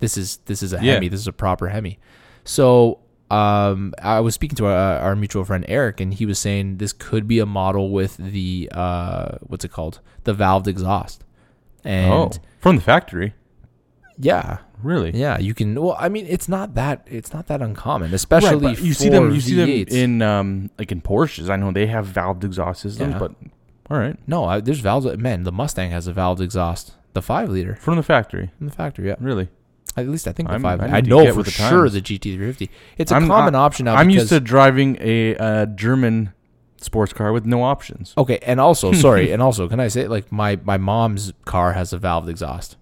Speaker 1: this is this is a
Speaker 2: Yeah.
Speaker 1: Hemi. This is a proper Hemi. So. Um, I was speaking to our, our mutual friend Eric, and he was saying this could be a model with the uh, what's it called, the valved exhaust, and
Speaker 2: Oh, from the factory.
Speaker 1: yeah,
Speaker 2: Really?
Speaker 1: yeah, you can. Well, I mean, it's not that it's not that uncommon, especially
Speaker 2: right, but you
Speaker 1: for
Speaker 2: see them. You
Speaker 1: V8s.
Speaker 2: see them in um like in Porsches. I know they have valved exhaust systems,
Speaker 1: Yeah.
Speaker 2: but all right,
Speaker 1: no, I, there's valves. Man, the Mustang has a valved exhaust, the five liter
Speaker 2: from the factory.
Speaker 1: in the factory. Yeah,
Speaker 2: Really?
Speaker 1: at least I think the
Speaker 2: I'm-
Speaker 1: five.
Speaker 2: I
Speaker 1: I,
Speaker 2: need to
Speaker 1: know
Speaker 2: get
Speaker 1: for
Speaker 2: with the
Speaker 1: sure
Speaker 2: times.
Speaker 1: the GT350. It's a
Speaker 2: I'm-
Speaker 1: common
Speaker 2: I-
Speaker 1: option now.
Speaker 2: I'm used to
Speaker 1: because-
Speaker 2: driving a uh, German sports car with no options.
Speaker 1: Okay, and
Speaker 2: *laughs*
Speaker 1: also sorry, and also can I say like my my mom's car has a valved exhaust.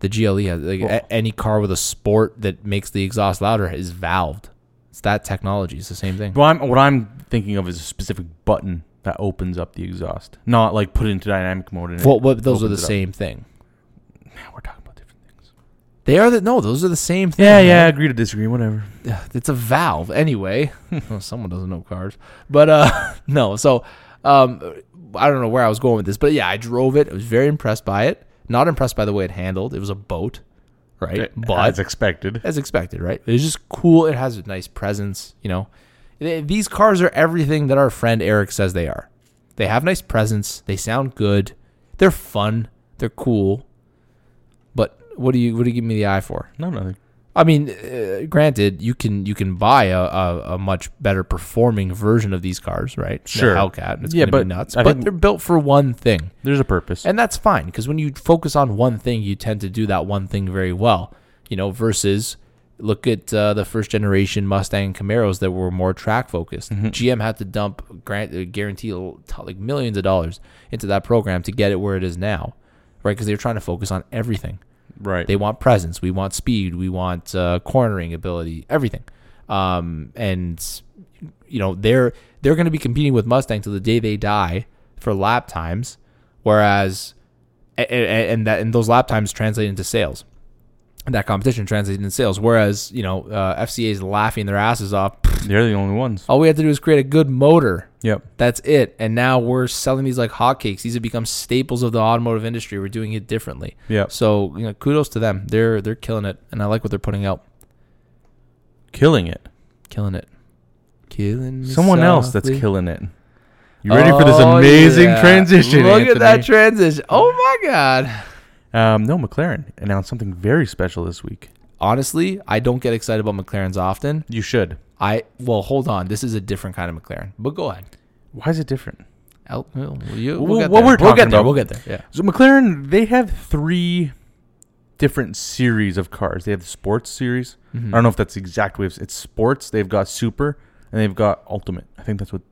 Speaker 1: The GLE has like
Speaker 2: Well-
Speaker 1: a- any car with a sport that makes the exhaust louder is valved. It's that technology. It's the same thing.
Speaker 2: Well, I'm, what I'm thinking of is a specific button that opens up the exhaust, not like put it into dynamic mode. And it-
Speaker 1: Well, but those are the
Speaker 2: opens it up.
Speaker 1: same thing.
Speaker 2: Man, we're talking about different things.
Speaker 1: They are the no. Those are the same thing.
Speaker 2: Yeah,
Speaker 1: man.
Speaker 2: yeah. Agree to disagree. Whatever.
Speaker 1: *sighs* it's a valve anyway. *laughs* Well, someone doesn't know cars, but uh, *laughs* no. So um, I don't know where I was going with this, but yeah, I drove it. I was very impressed by it. Not impressed by the way it handled. It was a boat, right? but
Speaker 2: Eh, as expected.
Speaker 1: as expected, right? It's just cool. It has a nice presence, you know. Th- These cars are everything that our friend Eric says they are. They have nice presence. They sound good. They're fun. They're cool. But what do you what do you give me the eye for?
Speaker 2: No, nothing.
Speaker 1: I mean, uh, granted, you can you can buy a, a, a much better performing version of these cars, right? The
Speaker 2: Sure.
Speaker 1: Hellcat. It's
Speaker 2: Yeah,
Speaker 1: gonna be
Speaker 2: but
Speaker 1: nuts.
Speaker 2: I
Speaker 1: but
Speaker 2: think-
Speaker 1: they're built for one thing,
Speaker 2: There's a purpose.
Speaker 1: and that's fine because when you focus on one thing, you tend to do that one thing very well. You know, versus look at uh, the first generation Mustang Camaros that were more track focused.
Speaker 2: Mm-hmm.
Speaker 1: GM had to dump grant uh, guarantee l- t- like millions of dollars into that program to get it where it is now, right? Because they were trying to focus on everything.
Speaker 2: right.
Speaker 1: They want presence. We want speed. We want uh, cornering ability. Everything. Um, and you know they're they're going to be competing with Mustang till the day they die for lap times, whereas and, and that and those lap times translate into sales. And that competition translates into sales. Whereas you know uh, FCA is laughing their asses off.
Speaker 2: They're the only ones.
Speaker 1: All we have to do is create a good motor.
Speaker 2: Yep.
Speaker 1: That's it. And now we're selling these like hotcakes. These have become staples of the automotive industry. We're doing it differently.
Speaker 2: Yep.
Speaker 1: So you know, kudos to them. They're they're killing it, and I like what they're putting out.
Speaker 2: Killing it.
Speaker 1: Killing it. Killing. me
Speaker 2: Someone else that's
Speaker 1: softly.
Speaker 2: killing it. You ready for this
Speaker 1: Oh,
Speaker 2: amazing
Speaker 1: yeah.
Speaker 2: transition?
Speaker 1: Look
Speaker 2: Anthony?
Speaker 1: at that transition. Oh my god.
Speaker 2: Um, no, McLaren announced something very special this week.
Speaker 1: Honestly, I don't get excited about McLarens often.
Speaker 2: You should.
Speaker 1: I well, hold on. This is a different kind of McLaren. But go ahead.
Speaker 2: Why is it different?
Speaker 1: I'll- we'll, you-
Speaker 2: Well,
Speaker 1: we'll get
Speaker 2: what
Speaker 1: there.
Speaker 2: we're
Speaker 1: we'll get
Speaker 2: talking
Speaker 1: there.
Speaker 2: about-
Speaker 1: We'll get there. Yeah.
Speaker 2: So McLaren, they have three different series of cars. They have the sports series. I don't know if that's the exact way. of- It's sports. They've got super, and they've got Ultimate. I think that's what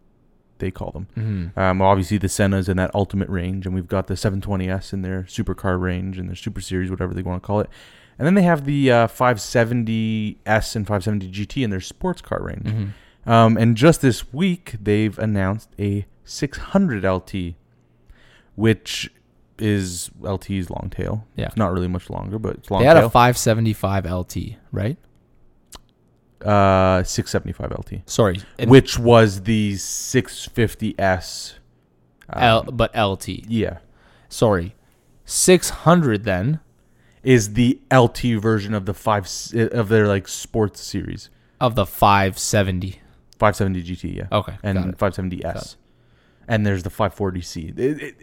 Speaker 2: they call them.
Speaker 1: Mm-hmm.
Speaker 2: Um, obviously, the Senna's in that ultimate range, and we've got the 720S in their supercar range and their super series, whatever they want to call it. And then they have the uh, 570S and 570 GT in their sports car range.
Speaker 1: Mm-hmm.
Speaker 2: Um, and just this week, they've announced a 600 LT, which is LT's long tail.
Speaker 1: Yeah.
Speaker 2: It's not really much longer, but it's long
Speaker 1: They had a
Speaker 2: tail.
Speaker 1: 575 LT, right?
Speaker 2: uh, 675 LT,
Speaker 1: Sorry, and
Speaker 2: which was the 650S. um,
Speaker 1: L, but LT.
Speaker 2: yeah.
Speaker 1: Sorry, 600 then.
Speaker 2: is the LT version of the five of their like sports series,
Speaker 1: of the 570.
Speaker 2: 570 GT, yeah,
Speaker 1: Okay,
Speaker 2: and
Speaker 1: got it.
Speaker 2: 570S, and there's the 540C. It- it-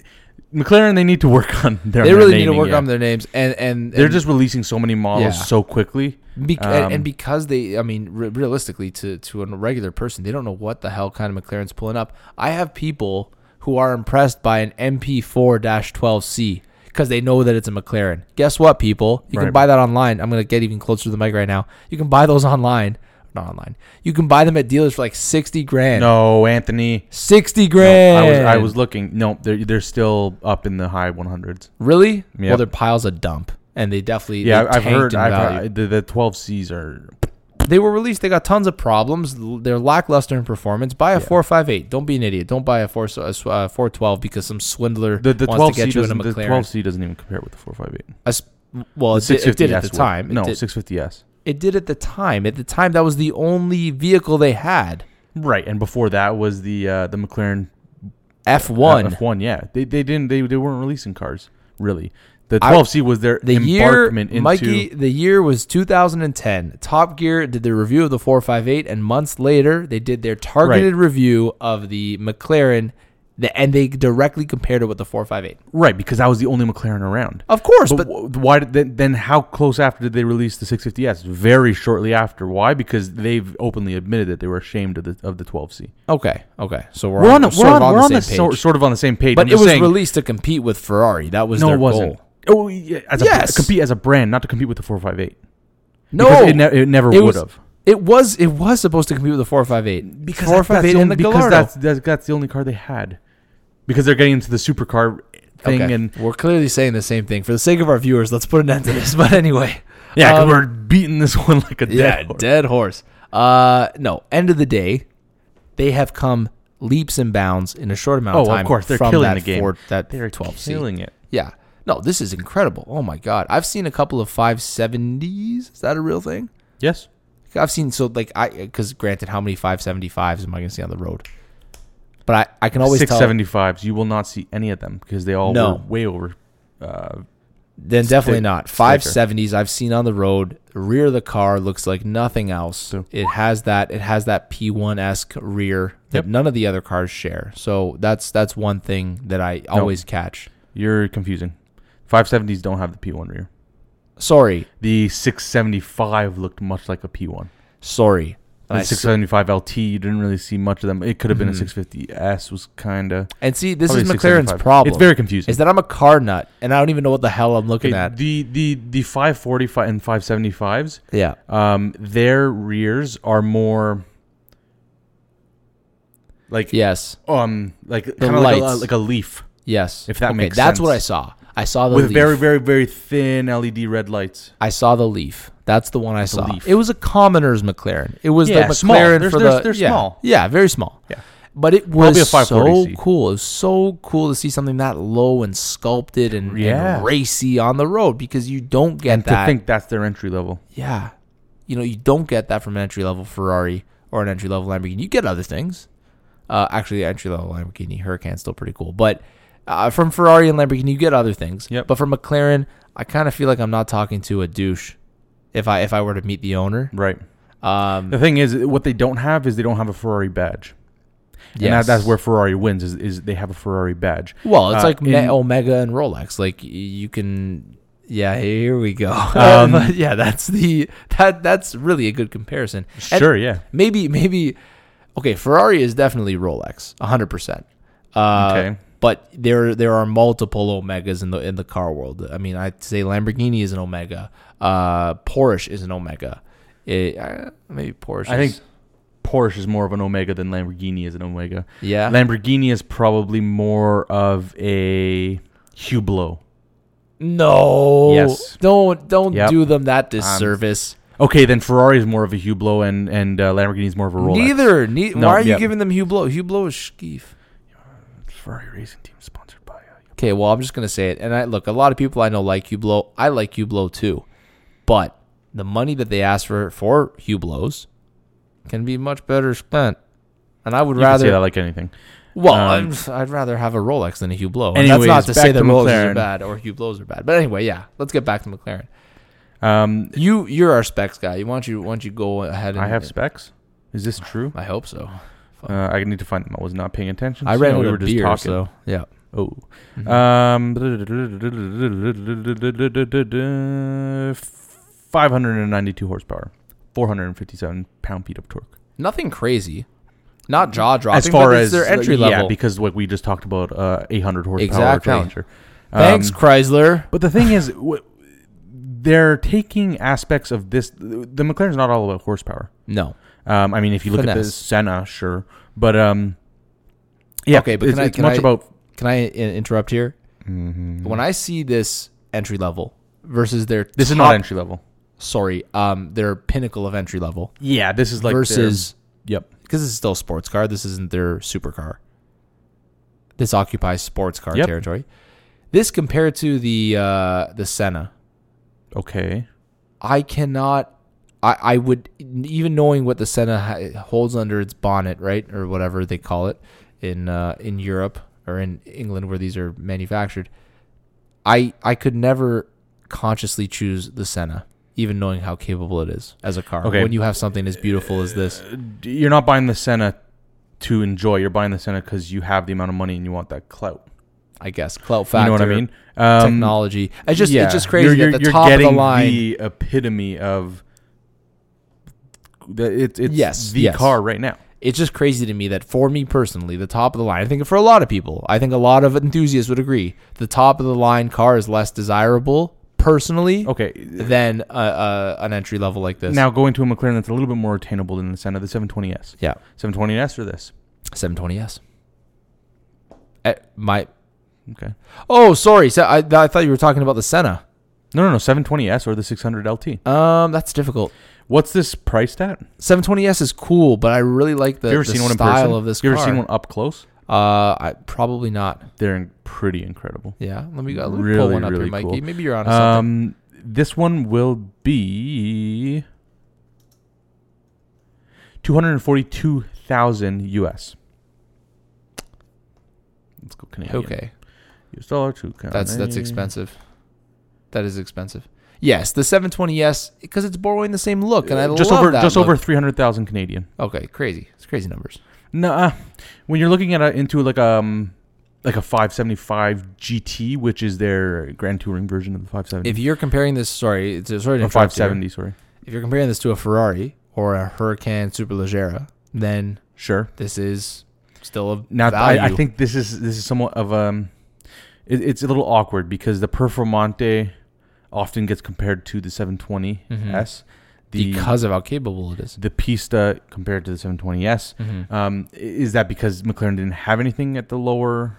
Speaker 2: McLaren, they need to work on their.
Speaker 1: They
Speaker 2: their
Speaker 1: really need to
Speaker 2: naming,
Speaker 1: work
Speaker 2: yeah.
Speaker 1: on their names, and and,
Speaker 2: They're
Speaker 1: and
Speaker 2: just releasing so many models
Speaker 1: Yeah.
Speaker 2: so quickly.
Speaker 1: bec- and-
Speaker 2: um,
Speaker 1: and because they, I mean, re- realistically, to to a regular person, they don't know what the hell kind of McLaren's pulling up. I have people who are impressed by an MP4-12C because they know that it's a McLaren. Guess what, people? You can
Speaker 2: Right.
Speaker 1: buy that online. I'm gonna get even closer to the mic right now. You can buy those online, not online. You can buy them at dealers for like sixty grand.
Speaker 2: No, Anthony.
Speaker 1: Sixty
Speaker 2: No,
Speaker 1: grand.
Speaker 2: I was I was looking. No, they're they're still up in the high 100s.
Speaker 1: really.
Speaker 2: Yeah.
Speaker 1: Well, their piles a dump, and they definitely
Speaker 2: Yeah,
Speaker 1: they
Speaker 2: I- I've
Speaker 1: tanked
Speaker 2: heard.
Speaker 1: in
Speaker 2: I've
Speaker 1: value.
Speaker 2: heard the, the 12Cs are.
Speaker 1: they were released. They got tons of problems. L- They're lackluster in performance. Buy a four five eight. Don't be an idiot. Don't buy a four uh, four twelve because some swindler
Speaker 2: The, the
Speaker 1: wants to
Speaker 2: 12C
Speaker 1: get you in a
Speaker 2: doesn't the
Speaker 1: McLaren.
Speaker 2: 12C doesn't even compare with the 458.
Speaker 1: A s- well, it, did- it
Speaker 2: 650S
Speaker 1: did at the
Speaker 2: would.
Speaker 1: time. It
Speaker 2: No,
Speaker 1: did,
Speaker 2: 650S.
Speaker 1: it did at the time. At the time, that was the only vehicle they had.
Speaker 2: Right, and before that was the uh, the McLaren
Speaker 1: F one.
Speaker 2: F one. Yeah, they they didn't they, they weren't releasing cars really. The
Speaker 1: I-
Speaker 2: 12C was their
Speaker 1: the year,
Speaker 2: embarkment into
Speaker 1: Mikey, the year was 2010. Top Gear did their review of the 458, and months later, they did their targeted review of the McLaren, the, and they directly compared it with the 458.
Speaker 2: right because that was the only McLaren around.
Speaker 1: Of course,
Speaker 2: But,
Speaker 1: but
Speaker 2: wh- why did then, then how close after did they release the 650s? Very shortly after. Why? Because they've openly admitted that they were ashamed of the of the 12C.
Speaker 1: Okay, okay. So we're,
Speaker 2: We're on,
Speaker 1: on,
Speaker 2: a-
Speaker 1: sort
Speaker 2: we're
Speaker 1: of
Speaker 2: on, we're on
Speaker 1: the
Speaker 2: the
Speaker 1: same
Speaker 2: sort,
Speaker 1: page.
Speaker 2: sort of on the same page.
Speaker 1: But
Speaker 2: I'm
Speaker 1: it
Speaker 2: just
Speaker 1: was
Speaker 2: saying,
Speaker 1: released to compete with Ferrari. That was
Speaker 2: no,
Speaker 1: their
Speaker 2: it wasn't.
Speaker 1: goal.
Speaker 2: Oh, yeah, as a,
Speaker 1: Yes.
Speaker 2: compete as a brand, not to compete with the 458.
Speaker 1: No,
Speaker 2: Because it, ne- it never
Speaker 1: It
Speaker 2: would
Speaker 1: was-
Speaker 2: have.
Speaker 1: it was it was supposed to compete with the four five eight
Speaker 2: because
Speaker 1: four
Speaker 2: that's,
Speaker 1: five
Speaker 2: that's,
Speaker 1: eight
Speaker 2: the
Speaker 1: and
Speaker 2: only,
Speaker 1: the
Speaker 2: because
Speaker 1: Gallardo.
Speaker 2: that's, that's that's the only car they had. Because they're getting into the supercar thing
Speaker 1: okay.
Speaker 2: and
Speaker 1: we're clearly saying the same thing. For the sake of our viewers, let's put an end to this. *laughs* But anyway,
Speaker 2: yeah, 'cause
Speaker 1: um,
Speaker 2: we're beating this *laughs* one like a dead
Speaker 1: yeah,
Speaker 2: horse.
Speaker 1: dead horse. Uh, no. End of the day, they have come leaps and bounds in a short amount
Speaker 2: Oh,
Speaker 1: of time.
Speaker 2: of course, they're
Speaker 1: from
Speaker 2: killing
Speaker 1: that
Speaker 2: the game.
Speaker 1: Ford, that
Speaker 2: they're
Speaker 1: twelve C.
Speaker 2: killing it.
Speaker 1: Yeah. No, this is incredible. Oh my god, I've seen a couple of five seventies. Is that a real thing?
Speaker 2: Yes,
Speaker 1: I've seen so like I because granted, how many 575s am I going to see on the road? But I, I can always
Speaker 2: six
Speaker 1: tell.
Speaker 2: seventy fives. You will not see any of them because they all
Speaker 1: No.
Speaker 2: were way over. Uh,
Speaker 1: Then definitely
Speaker 2: stick-
Speaker 1: not.
Speaker 2: sticker.
Speaker 1: 570s I've seen on the road. Rear of the car looks like nothing else.
Speaker 2: So-
Speaker 1: It has that. It has that P1 esque rear that
Speaker 2: Yep.
Speaker 1: none of the other cars share. So that's that's one thing that I always catch.
Speaker 2: you're confusing. Five seventies don't have the P one rear.
Speaker 1: Sorry,
Speaker 2: The six seventy five looked much like a P one.
Speaker 1: sorry. And, I
Speaker 2: The
Speaker 1: s-
Speaker 2: six seventy five LT, you didn't really see much of them. It could have been a six fifty S. Was kind of
Speaker 1: and see, Mm-hmm. this is McLaren's problem.
Speaker 2: It's very confusing.
Speaker 1: is that I'm a car nut and I don't even know what the hell I'm looking
Speaker 2: Okay,
Speaker 1: at.
Speaker 2: the the the 545 and 575s
Speaker 1: Yeah.
Speaker 2: um their rears are more like
Speaker 1: Yes.
Speaker 2: um like kind of like a,
Speaker 1: lights.
Speaker 2: like a leaf
Speaker 1: Yes.
Speaker 2: If that
Speaker 1: okay,
Speaker 2: makes
Speaker 1: that's
Speaker 2: sense.
Speaker 1: what I saw. I saw the
Speaker 2: with
Speaker 1: leaf.
Speaker 2: very very very thin LED red lights.
Speaker 1: I saw the Leaf. That's the one I saw.
Speaker 2: Leaf.
Speaker 1: It was a commoner's McLaren. It was
Speaker 2: Yeah,
Speaker 1: the McLaren
Speaker 2: small. They're-
Speaker 1: for
Speaker 2: they're-
Speaker 1: the
Speaker 2: they're
Speaker 1: yeah,
Speaker 2: small.
Speaker 1: Yeah, very small.
Speaker 2: Yeah.
Speaker 1: But it
Speaker 2: Probably a
Speaker 1: was
Speaker 2: 540
Speaker 1: so
Speaker 2: C.
Speaker 1: cool. It was so cool to see something that low and sculpted and, and
Speaker 2: Yeah.
Speaker 1: racy on the road because you don't get
Speaker 2: And
Speaker 1: that.
Speaker 2: to think that's their entry level.
Speaker 1: yeah. You know, you don't get that from an entry level Ferrari or an entry level Lamborghini. You get other things. Uh, actually, entry level Lamborghini Huracan's still pretty cool, but uh, from Ferrari and Lamborghini, you get other things.
Speaker 2: Yep.
Speaker 1: But from McLaren, I kind of feel like I'm not talking to a douche if I if I were to meet the owner.
Speaker 2: Right.
Speaker 1: Um,
Speaker 2: The thing is what they don't have is they don't have a Ferrari badge. Yeah, And
Speaker 1: yes.
Speaker 2: that, that's where Ferrari wins is, is they have a Ferrari badge.
Speaker 1: Well, it's
Speaker 2: uh,
Speaker 1: like Me-
Speaker 2: in-
Speaker 1: Omega and Rolex. Like y- you can. Yeah, here we go. *laughs*
Speaker 2: Um,
Speaker 1: But yeah, that's the that that's really a good comparison. And
Speaker 2: Sure, yeah.
Speaker 1: maybe maybe okay ferrari is definitely rolex 100% uh,
Speaker 2: Okay.
Speaker 1: but there there are multiple omegas in the in the car world i mean i'd say lamborghini is an omega uh porsche is an omega Eh, uh, maybe porsche
Speaker 2: I
Speaker 1: is-
Speaker 2: think Porsche is more of an Omega than Lamborghini is an Omega.
Speaker 1: Yeah.
Speaker 2: Lamborghini is probably more of a Hublot.
Speaker 1: no.
Speaker 2: Yes.
Speaker 1: Don't don't
Speaker 2: Yep.
Speaker 1: do them that disservice.
Speaker 2: Okay, then Ferrari is more of a Hublot, and and uh, Lamborghini is more of a Rolex.
Speaker 1: Neither. Ne-
Speaker 2: No,
Speaker 1: why are you
Speaker 2: yeah.
Speaker 1: giving them Hublot? Hublot is skeef.
Speaker 2: Ferrari racing team sponsored by. Uh,
Speaker 1: Okay, well, I'm just gonna say it. And I look, a lot of people I know like Hublot. I like Hublot too, but the money that they ask for for Hublots can be much better spent. And I would
Speaker 2: you can say
Speaker 1: rather
Speaker 2: that like anything.
Speaker 1: well,
Speaker 2: um,
Speaker 1: I'm- I'd rather have a Rolex than a Hublot. and
Speaker 2: Anyways,
Speaker 1: that's not to
Speaker 2: back
Speaker 1: say that
Speaker 2: to
Speaker 1: Rolexes are
Speaker 2: McLaren.
Speaker 1: bad or Hublots are bad. But anyway, yeah, let's get back to McLaren.
Speaker 2: Um,
Speaker 1: You you're our specs guy. You want you why don't you go ahead? And,
Speaker 2: I have specs. Is this true?
Speaker 1: I hope so.
Speaker 2: Uh, I need to find them. I was not paying attention.
Speaker 1: I
Speaker 2: so
Speaker 1: ran
Speaker 2: we
Speaker 1: with
Speaker 2: were
Speaker 1: a
Speaker 2: just
Speaker 1: beer,
Speaker 2: talking.
Speaker 1: so Mm-hmm. yeah.
Speaker 2: Oh. Um, 592 horsepower, 457 pound feet of torque.
Speaker 1: Nothing crazy, not jaw dropping.
Speaker 2: as far
Speaker 1: but it's
Speaker 2: as
Speaker 1: their entry
Speaker 2: yeah,
Speaker 1: level.
Speaker 2: because like we just talked about uh, 800 horsepower
Speaker 1: Exactly.
Speaker 2: Challenger. Um,
Speaker 1: Thanks, Chrysler.
Speaker 2: But the thing is, w- they're taking aspects of this. The McLaren's not all about horsepower.
Speaker 1: No.
Speaker 2: Um, I mean, if you look at the
Speaker 1: Finesse.
Speaker 2: Senna, sure, but um, yeah,
Speaker 1: Okay, but
Speaker 2: it's,
Speaker 1: can I-
Speaker 2: it's
Speaker 1: can
Speaker 2: much
Speaker 1: I-
Speaker 2: about
Speaker 1: Can I i- interrupt here?
Speaker 2: Mm-hmm.
Speaker 1: When I see this entry level versus their
Speaker 2: this is
Speaker 1: top-
Speaker 2: not entry level.
Speaker 1: Sorry, um, their pinnacle of entry level
Speaker 2: Yeah, this is like their-
Speaker 1: versus
Speaker 2: yep.
Speaker 1: because this is still a sports car. This isn't their supercar. This occupies sports car
Speaker 2: Yep.
Speaker 1: territory. This compared to the uh, the Senna,
Speaker 2: Okay.
Speaker 1: I cannot. I, I would even knowing what the Senna ha- holds under its bonnet, right, or whatever they call it in uh, in Europe or in England where these are manufactured. I I could never consciously choose the Senna, even knowing how capable it is as a car.
Speaker 2: Okay.
Speaker 1: When you have something as beautiful as this,
Speaker 2: You're not buying the Senna to enjoy. You're buying the Senna because you have the amount of money and you want that clout.
Speaker 1: I guess clout factor,
Speaker 2: you know what I mean? Um,
Speaker 1: technology. It's just
Speaker 2: yeah,
Speaker 1: it's just crazy that
Speaker 2: You're, you're,
Speaker 1: the
Speaker 2: you're
Speaker 1: top of
Speaker 2: getting
Speaker 1: the line.
Speaker 2: the epitome of the, it, it's
Speaker 1: Yes,
Speaker 2: the
Speaker 1: yes.
Speaker 2: car right now.
Speaker 1: it's just crazy to me that for me personally, the top of the line, I think for a lot of people, I think a lot of enthusiasts would agree, the top of the line car is less desirable personally
Speaker 2: Okay,
Speaker 1: than uh, uh, an entry level like this.
Speaker 2: Now going to a McLaren that's a little bit more attainable than the Senna, the 720S.
Speaker 1: yeah,
Speaker 2: 720S or this?
Speaker 1: 720S. Eh, my
Speaker 2: Okay.
Speaker 1: oh, sorry, so I, I thought you were talking about the Senna.
Speaker 2: No, no, no. 720S or the 600 LT.
Speaker 1: Um, that's difficult.
Speaker 2: What's this priced at?
Speaker 1: 720S is cool, but I really like the,
Speaker 2: you ever
Speaker 1: the
Speaker 2: seen one in
Speaker 1: style
Speaker 2: person?
Speaker 1: of this
Speaker 2: you ever
Speaker 1: car.
Speaker 2: seen one up close?
Speaker 1: Uh, I probably not.
Speaker 2: They're in- pretty incredible.
Speaker 1: Yeah, let me, let me pull
Speaker 2: Really,
Speaker 1: one up
Speaker 2: really
Speaker 1: here, Mikey.
Speaker 2: cool.
Speaker 1: Maybe you're on something.
Speaker 2: Um, this one will be two hundred forty-two thousand US. Let's go Canadian.
Speaker 1: okay.
Speaker 2: US dollar to
Speaker 1: That's that's
Speaker 2: Canadian.
Speaker 1: expensive. That is expensive. Yes, the 720s because it's borrowing the same look, and I
Speaker 2: Uh, just
Speaker 1: love
Speaker 2: over
Speaker 1: that
Speaker 2: just
Speaker 1: look.
Speaker 2: over Mm-hmm. three hundred thousand Canadian.
Speaker 1: Okay, crazy. It's crazy numbers.
Speaker 2: Nah, when you're looking at a, into like um like a 575 GT, which is their Grand Touring version of the 570,
Speaker 1: If you're comparing this, sorry, it's sorry to
Speaker 2: or
Speaker 1: interrupt
Speaker 2: 570, sorry.
Speaker 1: here. If you're comparing this to a Ferrari or a Huracan Superleggera, then
Speaker 2: Sure.
Speaker 1: this is still a
Speaker 2: Now
Speaker 1: value.
Speaker 2: I, I think this is this is somewhat of um it, it's a little awkward because the Performante often gets compared to the 720s. The
Speaker 1: Mm-hmm. because of how capable it is.
Speaker 2: the Pista compared to the 720s.
Speaker 1: Mhm.
Speaker 2: Um, i- is that because McLaren didn't have anything at the lower?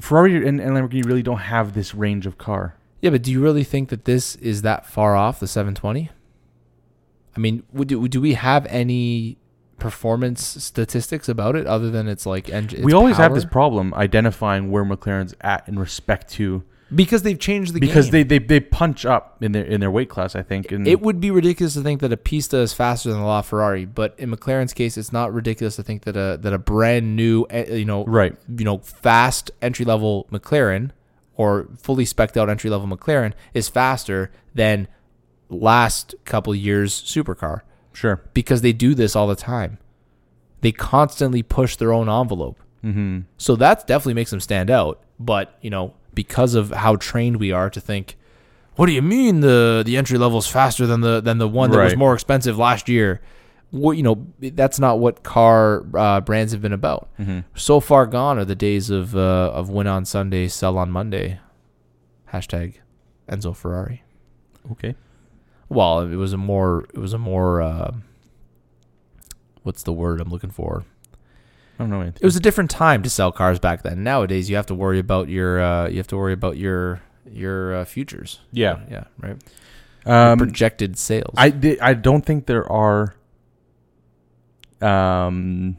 Speaker 2: Ferrari and, and Lamborghini really don't have this range of car.
Speaker 1: Yeah, but do you really think that this is that far off the 720? I mean, would, do do we have any performance statistics about it other than it's like engine?
Speaker 2: we always have this problem identifying where McLaren's at in respect to
Speaker 1: because they've changed the
Speaker 2: because
Speaker 1: game.
Speaker 2: they, they they punch up in their in their weight class. I think and
Speaker 1: it would be ridiculous to think that a Pista is faster than a LaFerrari, but in McLaren's case, it's not ridiculous to think that a that a brand new, eh, you know,
Speaker 2: right.
Speaker 1: you know, fast entry level McLaren or fully specced out entry level McLaren is faster than last couple years supercar.
Speaker 2: Sure.
Speaker 1: because they do this all the time. They constantly push their own envelope.
Speaker 2: Mm-hmm.
Speaker 1: So that definitely makes them stand out. But, you know, because of how trained we are to think, what do you mean the the entry level's faster than the than the one that was
Speaker 2: Right.
Speaker 1: more expensive last year? What you know, that's not what car uh, brands have been about. So far gone are the days of uh, of win on Sunday, sell on Monday. Hashtag Enzo Ferrari.
Speaker 2: Okay.
Speaker 1: Well, it was a more it was a more uh, what's the word I'm looking for?
Speaker 2: I don't know
Speaker 1: It
Speaker 2: anything.
Speaker 1: was a different time to sell cars back then. Nowadays, you have to worry about your uh, you have to worry about your your uh, futures.
Speaker 2: Yeah.
Speaker 1: yeah, right. Your
Speaker 2: Um,
Speaker 1: projected sales.
Speaker 2: I di- I don't think there are. Um,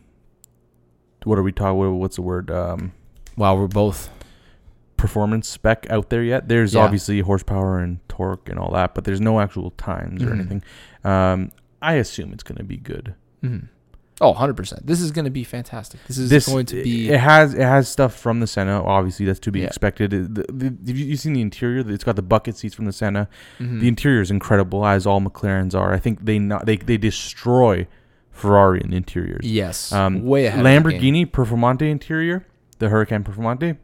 Speaker 2: what are we talking? What, what's the word? Um,
Speaker 1: wow, we're both
Speaker 2: performance spec out there yet. There's
Speaker 1: Yeah.
Speaker 2: obviously horsepower and torque and all that, but there's no actual times
Speaker 1: Mhm.
Speaker 2: or anything. Um, I assume it's going to be good.
Speaker 1: Mm-hmm. Oh, 100%. This is going to be fantastic. This is going to be
Speaker 2: It has it has stuff from the Senna. Obviously, that's to be
Speaker 1: Yeah.
Speaker 2: expected. It- The, the, have you- you seen the interior? It's got the bucket seats from the Senna.
Speaker 1: Mhm.
Speaker 2: The interior is incredible, as all McLarens are. I think they not they they destroy Ferrari in interiors.
Speaker 1: yes,
Speaker 2: Um,
Speaker 1: way ahead. of the game.
Speaker 2: Lamborghini Performante interior, the Hurricane Performante,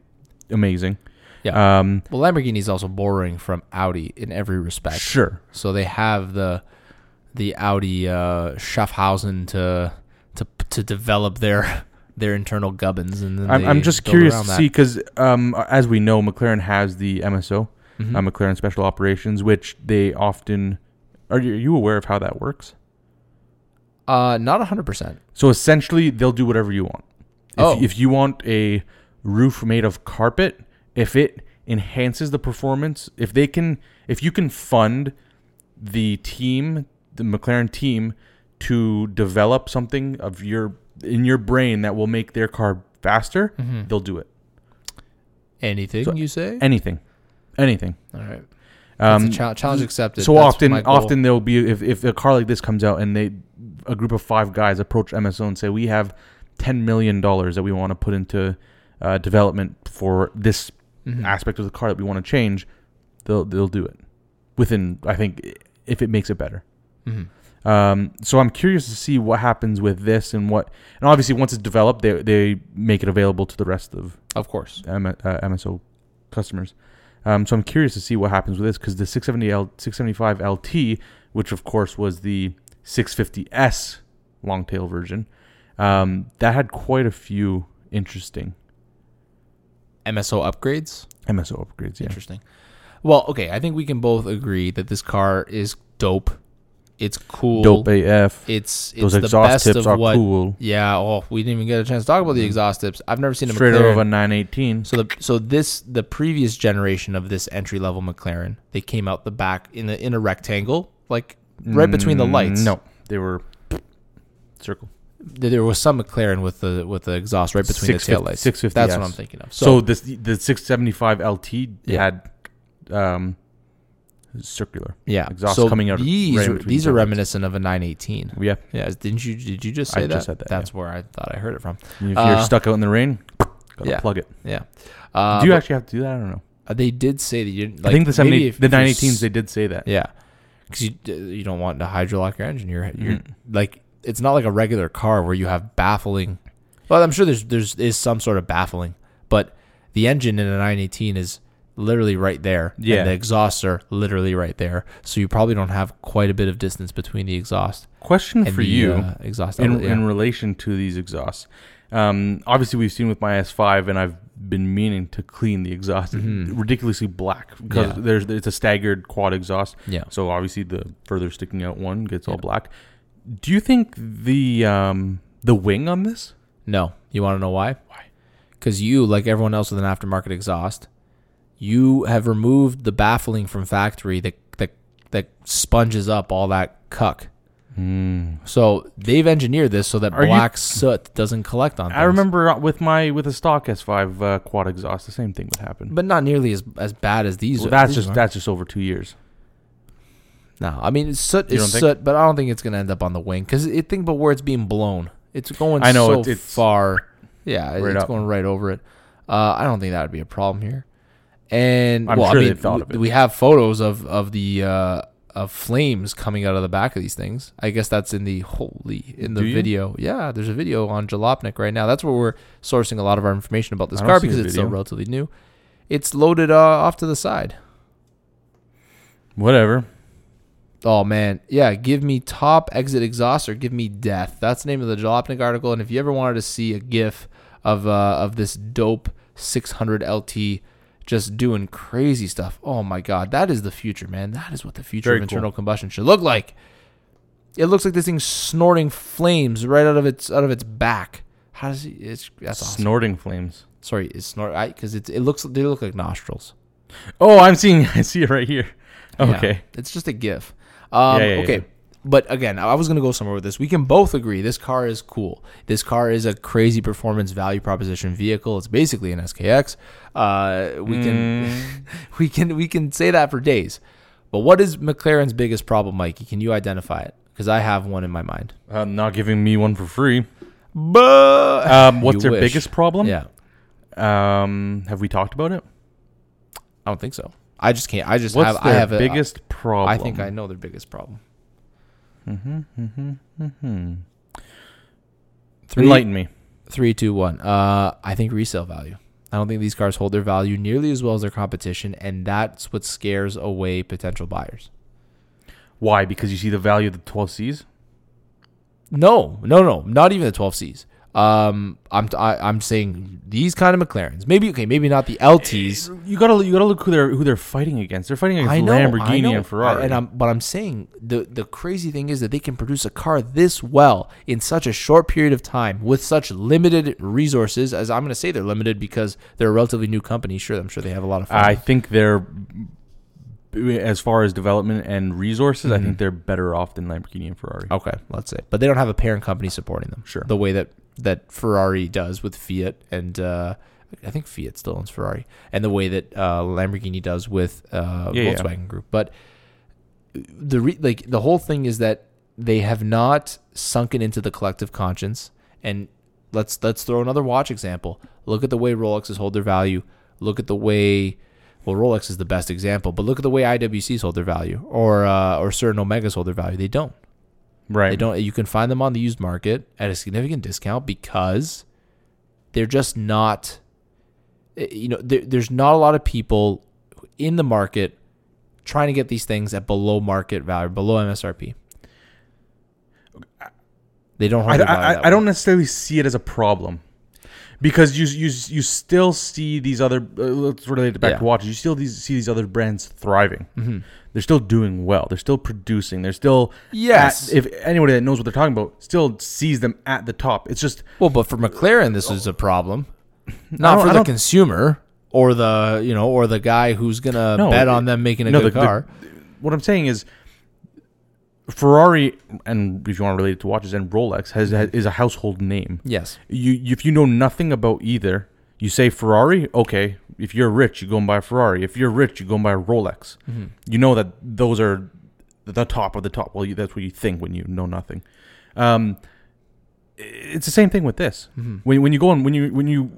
Speaker 2: amazing.
Speaker 1: Yeah.
Speaker 2: Um,
Speaker 1: Well, Lamborghini is also borrowing from Audi in every respect.
Speaker 2: sure.
Speaker 1: So they have the the Audi uh, Schaffhausen to to to develop their *laughs* their internal gubbins, and then
Speaker 2: I'm,
Speaker 1: they
Speaker 2: I'm just
Speaker 1: build
Speaker 2: curious
Speaker 1: around
Speaker 2: to
Speaker 1: that.
Speaker 2: see because, um, as we know, McLaren has the MSO,
Speaker 1: Mhm.
Speaker 2: uh, McLaren Special Operations, which they often. Are you, are you aware of how that works?
Speaker 1: Uh, not 100%.
Speaker 2: So essentially, they'll do whatever you want. If,
Speaker 1: Oh.
Speaker 2: if you want a roof made of carpet, if it enhances the performance, if they can, if you can fund the team, the McLaren team, to develop something of your in your brain that will make their car faster,
Speaker 1: Mhm.
Speaker 2: they'll do it.
Speaker 1: Anything
Speaker 2: So-
Speaker 1: you say?
Speaker 2: Anything, anything.
Speaker 1: All right. That's
Speaker 2: Um,
Speaker 1: a chal- challenge accepted.
Speaker 2: so
Speaker 1: That's
Speaker 2: often,
Speaker 1: my goal.
Speaker 2: often there'll be if, if a car like this comes out and they a group of five guys approach MSO and say we have ten million dollars that we want to put into uh, development for this
Speaker 1: Mhm.
Speaker 2: aspect of the car that we want to change, they'll they'll do it within I think if it makes it better.
Speaker 1: Mhm.
Speaker 2: Um, so I'm curious to see what happens with this and what and obviously once it's developed they they make it available to the rest of
Speaker 1: Of course.
Speaker 2: M- uh, MSO customers. Um, so I'm curious to see what happens with this because the 670L, 675LT, which of course was the 650S longtail version, um, that had quite a few interesting
Speaker 1: MSO upgrades?
Speaker 2: MSO upgrades. Yeah,
Speaker 1: Interesting. Well, okay, I think we can both agree that this car is dope. It's cool.
Speaker 2: dope AF.
Speaker 1: It's it's
Speaker 2: Those
Speaker 1: the
Speaker 2: exhaust
Speaker 1: best
Speaker 2: tips
Speaker 1: of
Speaker 2: are
Speaker 1: what.
Speaker 2: cool. Mm-hmm.
Speaker 1: Yeah. Oh, we didn't even get a chance to talk about the exhaust tips. I've never seen a
Speaker 2: Straight out
Speaker 1: McLaren.
Speaker 2: of a 918.
Speaker 1: so the so this the previous generation of this entry level McLaren, they came out the back in a in a rectangle, like right between the
Speaker 2: Mm,
Speaker 1: lights.
Speaker 2: No, they were circle.
Speaker 1: Th- there was some McLaren with the with the exhaust right between the tail lights.
Speaker 2: 650S.
Speaker 1: That's what I'm thinking of.
Speaker 2: So,
Speaker 1: So,
Speaker 2: this the 675LT
Speaker 1: Yeah.
Speaker 2: had um, circular.
Speaker 1: yeah,
Speaker 2: exhaust
Speaker 1: so
Speaker 2: coming out right
Speaker 1: These
Speaker 2: in
Speaker 1: are,
Speaker 2: between
Speaker 1: these
Speaker 2: the
Speaker 1: are
Speaker 2: tail lights.
Speaker 1: reminiscent of a 918.
Speaker 2: Yeah.
Speaker 1: Yeah, didn't you? Did you just
Speaker 2: I
Speaker 1: say that?
Speaker 2: just said that,
Speaker 1: That's where I thought I heard it from.
Speaker 2: And If
Speaker 1: Uh,
Speaker 2: you're stuck out in the rain, gotta
Speaker 1: yeah.
Speaker 2: plug it.
Speaker 1: Yeah. Uh,
Speaker 2: do you
Speaker 1: but
Speaker 2: actually have to do that? I don't know.
Speaker 1: They did say that you. Like,
Speaker 2: I think the
Speaker 1: maybe
Speaker 2: 70,
Speaker 1: if
Speaker 2: the
Speaker 1: if you're
Speaker 2: 918s,
Speaker 1: s-
Speaker 2: they did say that.
Speaker 1: yeah, because you d- you don't want to hydrolock your engine. You're you're
Speaker 2: Mhm.
Speaker 1: like it's not like a regular car where you have baffling. Well, I'm sure there's there's is some sort of baffling, but the engine in a 918 is literally right there. and
Speaker 2: Yeah.
Speaker 1: the exhausts are literally right there, so you probably don't have quite a bit of distance between the exhaust
Speaker 2: Question
Speaker 1: and
Speaker 2: for
Speaker 1: the,
Speaker 2: you
Speaker 1: uh, exhaust.
Speaker 2: in,
Speaker 1: outlet, yeah.
Speaker 2: in relation to these exhausts. Um, obviously, we've seen with my S5, and I've been meaning to clean the exhaust It's
Speaker 1: Mhm.
Speaker 2: ridiculously black because
Speaker 1: Yeah.
Speaker 2: there's it's a staggered quad exhaust.
Speaker 1: yeah.
Speaker 2: So obviously, the further sticking out one gets all
Speaker 1: Yeah.
Speaker 2: black. Do you think the um, the wing on this?
Speaker 1: No. You want to know why?
Speaker 2: Why?
Speaker 1: Because you, like everyone else with an aftermarket exhaust, you have removed the baffling from factory that that that sponges up all that cuck. So they've engineered this so that
Speaker 2: Hmm. Are you-
Speaker 1: black soot doesn't collect on. Things,
Speaker 2: I remember uh, with my with a stock S5 uh, quad exhaust, the same thing would happen.
Speaker 1: but not nearly as as bad as these.
Speaker 2: Well, that's
Speaker 1: these
Speaker 2: just
Speaker 1: are.
Speaker 2: that's just over two years.
Speaker 1: no. I mean, soot
Speaker 2: You
Speaker 1: is
Speaker 2: don't think?
Speaker 1: soot, but I don't think it's gonna end up on the wing because it think about where it's being blown. It's going.
Speaker 2: I know,
Speaker 1: so
Speaker 2: it's- it's-
Speaker 1: far. Yeah,
Speaker 2: Right
Speaker 1: it's
Speaker 2: up.
Speaker 1: going right over it. Uh, I don't think that would be a problem here. And
Speaker 2: I'm
Speaker 1: well,
Speaker 2: sure
Speaker 1: I mean,
Speaker 2: they've thought
Speaker 1: we,
Speaker 2: of it.
Speaker 1: we have photos of of the uh, of flames coming out of the back of these things. I guess that's in the holy in the
Speaker 2: Do you?
Speaker 1: video. Yeah, there's a video on Jalopnik right now. That's where we're sourcing a lot of our information about this
Speaker 2: I don't
Speaker 1: car
Speaker 2: see the
Speaker 1: because it's still
Speaker 2: video.
Speaker 1: relatively new. It's loaded uh, off to the side.
Speaker 2: Whatever.
Speaker 1: Oh man, yeah. Give me top exit exhaust or give me death. That's the name of the Jalopnik article. And if you ever wanted to see a GIF of uh, of this dope 600 LT just doing crazy stuff, oh my god, that is the future, man. That is what the future
Speaker 2: Very
Speaker 1: of
Speaker 2: cool.
Speaker 1: internal combustion should look like. It looks like this thing's snorting flames right out of its out of its back. How does he? It's that's awesome.
Speaker 2: Snorting flames.
Speaker 1: Sorry, it's snort because it it looks they look like nostrils.
Speaker 2: Oh, I'm seeing. *laughs* I see it right here. Okay.
Speaker 1: Yeah, it's just a GIF. Um,
Speaker 2: Yeah, yeah,
Speaker 1: okay.
Speaker 2: yeah.
Speaker 1: But again, I was going to go somewhere with this. We can both agree this car is cool. This car is a crazy performance value proposition vehicle. It's basically an SKX. Uh, we
Speaker 2: Mm.
Speaker 1: can *laughs* we can we can say that for days. But what is McLaren's biggest problem, Mikey? Can you identify it? Because I have one in my mind.
Speaker 2: Uh, not giving me one for free.
Speaker 1: But
Speaker 2: Um, what's
Speaker 1: You
Speaker 2: their
Speaker 1: wish.
Speaker 2: biggest problem?
Speaker 1: yeah,
Speaker 2: Um, have we talked about it?
Speaker 1: I don't think so. I just can't. I just
Speaker 2: What's
Speaker 1: have.
Speaker 2: their
Speaker 1: I have a- uh,
Speaker 2: biggest problem?
Speaker 1: I think I know their biggest problem. Mm-hmm. Mm-hmm. Mm-hmm. Three,
Speaker 2: enlighten me.
Speaker 1: three, two, one. Uh, I think resale value. I don't think these cars hold their value nearly as well as their competition, and that's what scares away potential buyers.
Speaker 2: Why? Because you see the value of the 12 C's.
Speaker 1: No, no, no, not even the 12Cs. Um, I'm I, I'm saying these kind of McLarens. Maybe okay, maybe not the LTs.
Speaker 2: You gotta you gotta look who they're who they're fighting against. They're fighting against
Speaker 1: I know,
Speaker 2: Lamborghini
Speaker 1: I know.
Speaker 2: and Ferrari.
Speaker 1: I- and I'm, but I'm saying the the crazy thing is that they can produce a car this well in such a short period of time with such limited resources. As I'm going to say, they're limited because they're a relatively new company. Sure, I'm sure they have a lot of.
Speaker 2: I
Speaker 1: Fun.
Speaker 2: think they're as far as development and resources.
Speaker 1: Mm-hmm.
Speaker 2: I think they're better off than Lamborghini and Ferrari.
Speaker 1: okay, let's say, but they don't have a parent company supporting them.
Speaker 2: Sure.
Speaker 1: the way that that Ferrari does with Fiat and. Uh, I think Fiat still owns Ferrari, and the way that uh, Lamborghini does with uh,
Speaker 2: Yeah, yeah.
Speaker 1: Volkswagen Group. But the re- like the whole thing is that they have not sunken into the collective conscience and let's let's throw another watch example look at the way rolexes hold their value look at the way well rolex is the best example but look at the way iwcs hold their value or uh, or certain omegas hold their value they don't
Speaker 2: Right.
Speaker 1: they don't you can find them on the used market at a significant discount because they're just not eh, you know there, there's not a lot of people in the market trying to get these things at below market value below msrp they don't
Speaker 2: I,
Speaker 1: hold their value
Speaker 2: I,
Speaker 1: that
Speaker 2: I, I
Speaker 1: way.
Speaker 2: don't necessarily see it as a problem because you you you still see these other uh, let's relate it back
Speaker 1: Yeah. Mm-hmm.
Speaker 2: to watches. You still these, see these other brands thriving. They're still doing well. They're still producing. They're still
Speaker 1: Yes.
Speaker 2: at- if anybody that knows what they're talking about still sees them at the top, it's just
Speaker 1: well but for mclaren this is a problem not
Speaker 2: don't-
Speaker 1: for
Speaker 2: I
Speaker 1: the
Speaker 2: don't-
Speaker 1: consumer or the you know or the guy who's gonna
Speaker 2: No,
Speaker 1: bet
Speaker 2: it-
Speaker 1: on them making a
Speaker 2: no,
Speaker 1: good
Speaker 2: the- the-
Speaker 1: car
Speaker 2: what I'm saying is Ferrari and if you want to relate it to watches and Rolex has,
Speaker 1: Mm-hmm.
Speaker 2: has is a household name.
Speaker 1: yes
Speaker 2: you if you know nothing about either, you say Ferrari, okay. If you're rich, you go and buy a Ferrari. If you're rich, you go and buy a Rolex. You know that those are the top of the top. Well, you, that's what you think when you know nothing. Um, it's the same thing with this. When when you go and when you when you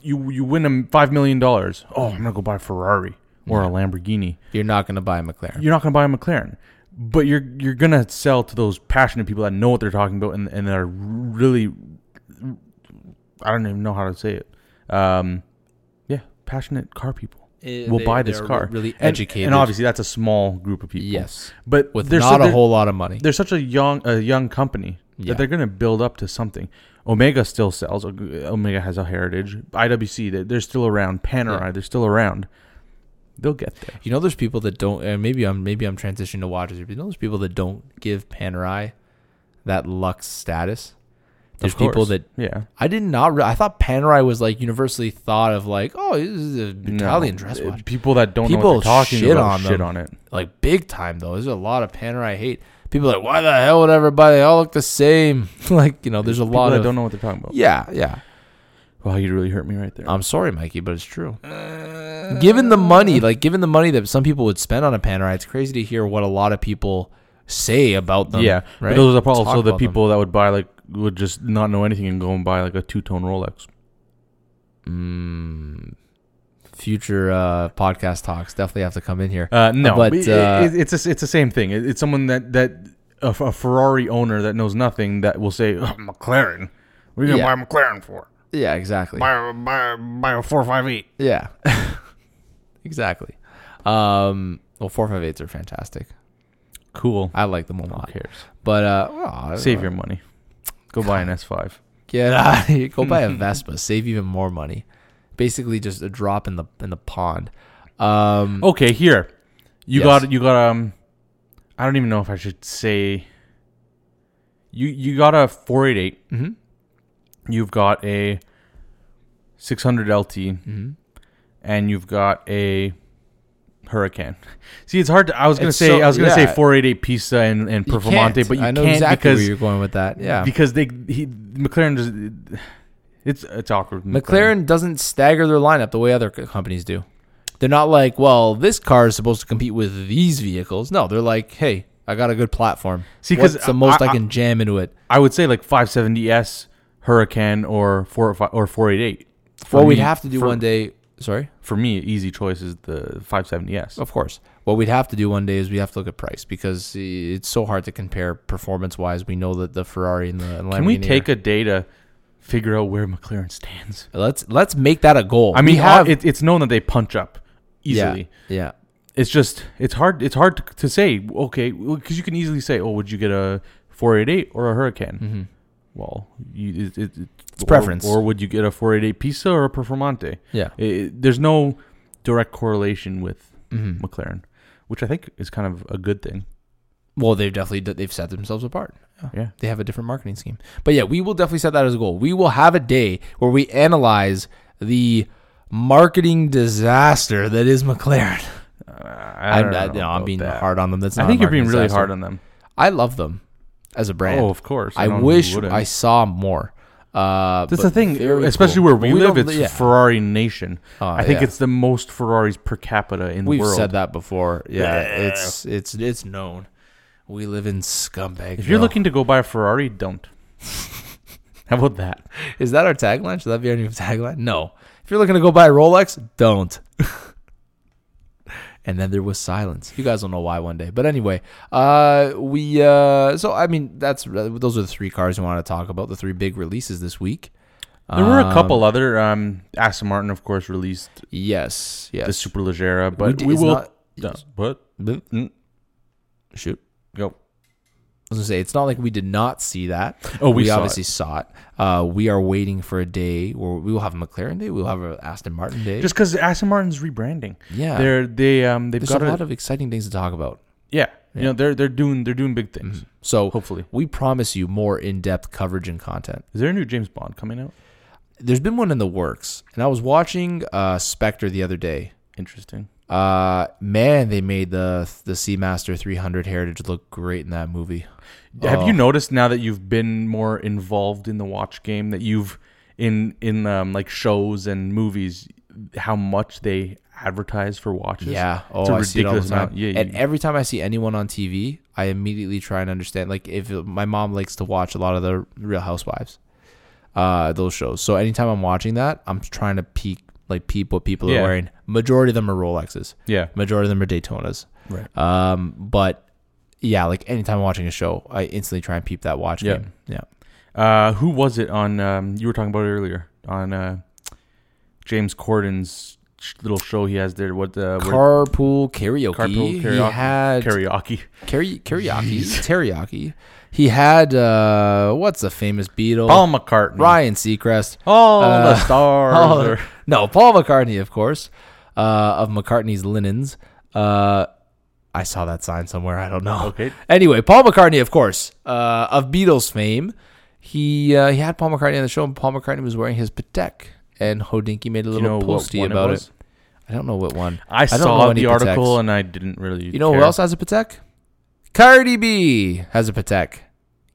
Speaker 2: you you win them five million dollars. Oh, I'm gonna go buy a Ferrari or a Lamborghini.
Speaker 1: you're not gonna buy a mclaren
Speaker 2: You're not gonna buy a McLaren. But you're you're gonna sell to those passionate people that know what they're talking about and and are really I don't even know how to say it. Um, yeah, passionate car people
Speaker 1: Eh,
Speaker 2: will
Speaker 1: they-
Speaker 2: buy this
Speaker 1: they're
Speaker 2: car.
Speaker 1: really
Speaker 2: And-
Speaker 1: educated.
Speaker 2: and, obviously that's a small group of people.
Speaker 1: Yes.
Speaker 2: but
Speaker 1: with
Speaker 2: they're
Speaker 1: not
Speaker 2: so-
Speaker 1: a whole lot of money.
Speaker 2: They're such a young a young company
Speaker 1: Yeah.
Speaker 2: that they're gonna build up to something. Omega still sells. Omega has a heritage. IWC they- they're still around. Panerai
Speaker 1: Yeah.
Speaker 2: they're still around. They'll get there.
Speaker 1: You know, there's people that don't. And maybe I'm maybe I'm transitioning to watches. here, But you know, there's people that don't give Panerai that lux status. There's
Speaker 2: Of course.
Speaker 1: people that
Speaker 2: yeah.
Speaker 1: I did not. Re- I thought Panerai was like universally thought of like, oh, this is an
Speaker 2: No.
Speaker 1: Italian dress
Speaker 2: Uh,
Speaker 1: watch.
Speaker 2: People that don't know
Speaker 1: People
Speaker 2: what they're talking
Speaker 1: shit
Speaker 2: about
Speaker 1: on
Speaker 2: shit
Speaker 1: them.
Speaker 2: on it.
Speaker 1: like big time though. There's a lot of Panerai hate. People are like, why the hell would everybody they all look the same? *laughs* like you know, there's a
Speaker 2: People
Speaker 1: lot
Speaker 2: that
Speaker 1: of
Speaker 2: don't know what they're talking about. Um,
Speaker 1: yeah, yeah.
Speaker 2: Wow, you really hurt me right there.
Speaker 1: I'm sorry, Mikey, but it's true. given the money, like given the money that some people would spend on a Panerai, it's crazy to hear what a lot of people say about them.
Speaker 2: yeah,
Speaker 1: right?
Speaker 2: but those are the
Speaker 1: Talk
Speaker 2: also
Speaker 1: about
Speaker 2: the
Speaker 1: them.
Speaker 2: people that would buy like would just not know anything and go and buy like a two tone Rolex.
Speaker 1: Hmm. Future uh, podcast talks definitely have to come in here.
Speaker 2: Uh, no,
Speaker 1: but
Speaker 2: but it,
Speaker 1: uh,
Speaker 2: it- it's a, it's the same thing. It, it's someone that that a, F- a Ferrari owner that knows nothing that will say oh, McLaren. What are you
Speaker 1: Yeah.
Speaker 2: gonna buy a McLaren for?
Speaker 1: yeah, exactly.
Speaker 2: Buy a, buy a, buy a four five eight.
Speaker 1: Yeah, *laughs* exactly. Um, well, four five eights are fantastic.
Speaker 2: Cool.
Speaker 1: I like them a lot.
Speaker 2: Who cares?
Speaker 1: But uh, well,
Speaker 2: Save your money. Go buy an S five.
Speaker 1: Get *laughs* out of here. Go buy
Speaker 2: *laughs*
Speaker 1: a Vespa. Save even more money. Basically, just a drop in the in the pond. Um,
Speaker 2: Okay, here. You
Speaker 1: Yes.
Speaker 2: got you got um I don't even know if I should say You you got a 488.
Speaker 1: Mm-hmm.
Speaker 2: You've got a 600 LT,
Speaker 1: Mm-hmm.
Speaker 2: and you've got a Hurricane. See, it's hard to. I was gonna
Speaker 1: It's
Speaker 2: say
Speaker 1: so-
Speaker 2: I was gonna
Speaker 1: yeah.
Speaker 2: say 488 Pista and and
Speaker 1: You
Speaker 2: Performante,
Speaker 1: can't.
Speaker 2: but you
Speaker 1: I know
Speaker 2: can't
Speaker 1: exactly
Speaker 2: because
Speaker 1: where you're going with that. Yeah,
Speaker 2: because they he McLaren does. It's it's awkward. with
Speaker 1: McLaren doesn't stagger their lineup the way other c- companies do. They're not like, well, this car is supposed to compete with these vehicles. No, they're like, hey, I got a good platform.
Speaker 2: See, 'cause
Speaker 1: what's the most I,
Speaker 2: I- I-
Speaker 1: can jam into it?
Speaker 2: I would say like 570s Hurricane or four or, five, or 488. For
Speaker 1: What we'd
Speaker 2: me-
Speaker 1: have to do
Speaker 2: for-
Speaker 1: one day. Sorry,
Speaker 2: for me, easy choice is the 570s.
Speaker 1: of course. What we'd have to do one day is we have to look at price because it's so hard to compare performance wise. We know that the Ferrari and the Lamborghini.
Speaker 2: Can we take
Speaker 1: are-
Speaker 2: a day to figure out where McLaren stands?
Speaker 1: Let's let's make that a goal.
Speaker 2: I
Speaker 1: we
Speaker 2: mean,
Speaker 1: have
Speaker 2: it, it's known that they punch up easily.
Speaker 1: Yeah, yeah.
Speaker 2: It's just it's hard. It's hard to, to say. Okay, because you can easily say, "Oh, would you get a 488 or a Hurricane?"
Speaker 1: Mm-hmm.
Speaker 2: Well, you, it, it, it's
Speaker 1: Hmm. preference.
Speaker 2: Or would you get a 488 Pisa or a Performante?
Speaker 1: Yeah.
Speaker 2: It- it- there's no direct correlation with
Speaker 1: Mhm.
Speaker 2: McLaren, which I think is kind of a good thing.
Speaker 1: Well, they've definitely d- they've set themselves apart.
Speaker 2: Yeah.
Speaker 1: they have a different marketing scheme. But yeah, we will definitely set that as a goal. We will have a day where we analyze the marketing disaster that is McLaren.
Speaker 2: I,
Speaker 1: I'm,
Speaker 2: don't
Speaker 1: I,
Speaker 2: know
Speaker 1: you know, I'm
Speaker 2: about
Speaker 1: being
Speaker 2: that.
Speaker 1: hard on them. That's
Speaker 2: I
Speaker 1: not
Speaker 2: think
Speaker 1: a
Speaker 2: you're being
Speaker 1: marketing
Speaker 2: really
Speaker 1: disaster.
Speaker 2: hard on them.
Speaker 1: I love them as a brand.
Speaker 2: Oh, of course.
Speaker 1: I
Speaker 2: don't know who
Speaker 1: wish
Speaker 2: wouldn't.
Speaker 1: I saw more. Uh,
Speaker 2: That's
Speaker 1: but
Speaker 2: the thing,
Speaker 1: very
Speaker 2: especially
Speaker 1: cool.
Speaker 2: where
Speaker 1: But
Speaker 2: we,
Speaker 1: don't
Speaker 2: live. It's
Speaker 1: li- yeah.
Speaker 2: Ferrari nation.
Speaker 1: Oh,
Speaker 2: I think
Speaker 1: yeah.
Speaker 2: it's the most Ferraris per capita in
Speaker 1: We've
Speaker 2: the world.
Speaker 1: said that before. Yeah, it's it's it's known. We live in scumbag.
Speaker 2: If you're looking to go buy a
Speaker 1: *laughs*
Speaker 2: Ferrari, don't. How about that?
Speaker 1: is that our tagline? Should that be our new *laughs* tagline? No. If you're looking to go buy a Rolex, don't. *laughs* and then there was silence. You guys will know why one day. But anyway, uh, we uh, so I mean that's uh, those are the three cars we want to talk about. The three big releases this week.
Speaker 2: There were a
Speaker 1: Um,
Speaker 2: couple other. Um, Aston Martin, of course, released
Speaker 1: Yes. Yes.
Speaker 2: the Superleggera, but
Speaker 1: d-
Speaker 2: we,
Speaker 1: it's
Speaker 2: will.
Speaker 1: not-
Speaker 2: Yeah, but
Speaker 1: Bloop.
Speaker 2: Mm.
Speaker 1: Shoot.
Speaker 2: go.
Speaker 1: I was gonna say it's not like we did not see that.
Speaker 2: Oh, we
Speaker 1: we
Speaker 2: saw
Speaker 1: obviously saw it. Uh, we are waiting for a day where we will have a McLaren day. We'll have an Aston Martin day.
Speaker 2: Just because Aston Martin's rebranding,
Speaker 1: yeah,
Speaker 2: they're they um they've
Speaker 1: there's
Speaker 2: got
Speaker 1: a lot of exciting things to talk about.
Speaker 2: yeah, you know they're they're doing they're doing big things.
Speaker 1: So
Speaker 2: Hopefully.
Speaker 1: we promise you more in-depth coverage and content.
Speaker 2: Is there a new James Bond coming out?
Speaker 1: There's been one in the works, and I was watching uh, Spectre the other day.
Speaker 2: Interesting.
Speaker 1: Uh, man, they made the the Seamaster 300 Heritage look great in that movie.
Speaker 2: Have
Speaker 1: Oh.
Speaker 2: you noticed now that you've been more involved in the watch game that you've in in um, like shows and movies how much they advertise for watches?
Speaker 1: Yeah.
Speaker 2: it's
Speaker 1: Oh,
Speaker 2: a
Speaker 1: I see it all the
Speaker 2: ridiculous
Speaker 1: time.
Speaker 2: amount. Yeah,
Speaker 1: and
Speaker 2: you-
Speaker 1: every time I see anyone on TV, I immediately try and understand. Like, if my mom likes to watch a lot of the Real Housewives, uh, those shows. So anytime I'm watching that, I'm trying to peek, like, peep what people
Speaker 2: Yeah.
Speaker 1: are wearing. Majority of them are Rolexes.
Speaker 2: yeah, Uh,
Speaker 1: Majority of them are Daytonas.
Speaker 2: right.
Speaker 1: Um, but yeah, like anytime I'm watching a show, I instantly try and peep that watch
Speaker 2: Yeah.
Speaker 1: game. Yeah.
Speaker 2: Uh, who was it on? Um, you were talking about it earlier on uh, James Corden's sh- little show he has there. What uh, where-
Speaker 1: Carpool karaoke.
Speaker 2: Carpool
Speaker 1: He
Speaker 2: karaoke.
Speaker 1: had
Speaker 2: karaoke?
Speaker 1: karaoke, karaoke *laughs* teriyaki. He had uh, what's the famous Beatle?
Speaker 2: Paul McCartney.
Speaker 1: Ryan Seacrest.
Speaker 2: All
Speaker 1: Uh,
Speaker 2: Oh, the stars.
Speaker 1: Paul-
Speaker 2: are-
Speaker 1: *laughs* no, Paul McCartney, of course, uh, of McCartney's Linens. Uh, I saw that sign somewhere. I don't know.
Speaker 2: Okay.
Speaker 1: Anyway, Paul McCartney, of course, uh, of Beatles fame. He uh, he had Paul McCartney on the show, and Paul McCartney was wearing his Patek, and Hodinky made a
Speaker 2: you
Speaker 1: little
Speaker 2: know what
Speaker 1: posty
Speaker 2: one it
Speaker 1: about it,
Speaker 2: was?
Speaker 1: I don't know what one.
Speaker 2: I,
Speaker 1: don't know
Speaker 2: saw
Speaker 1: any
Speaker 2: the
Speaker 1: Pateks.
Speaker 2: article and I didn't really.
Speaker 1: You know who
Speaker 2: care.
Speaker 1: else has a Patek? Cardi B has a Patek.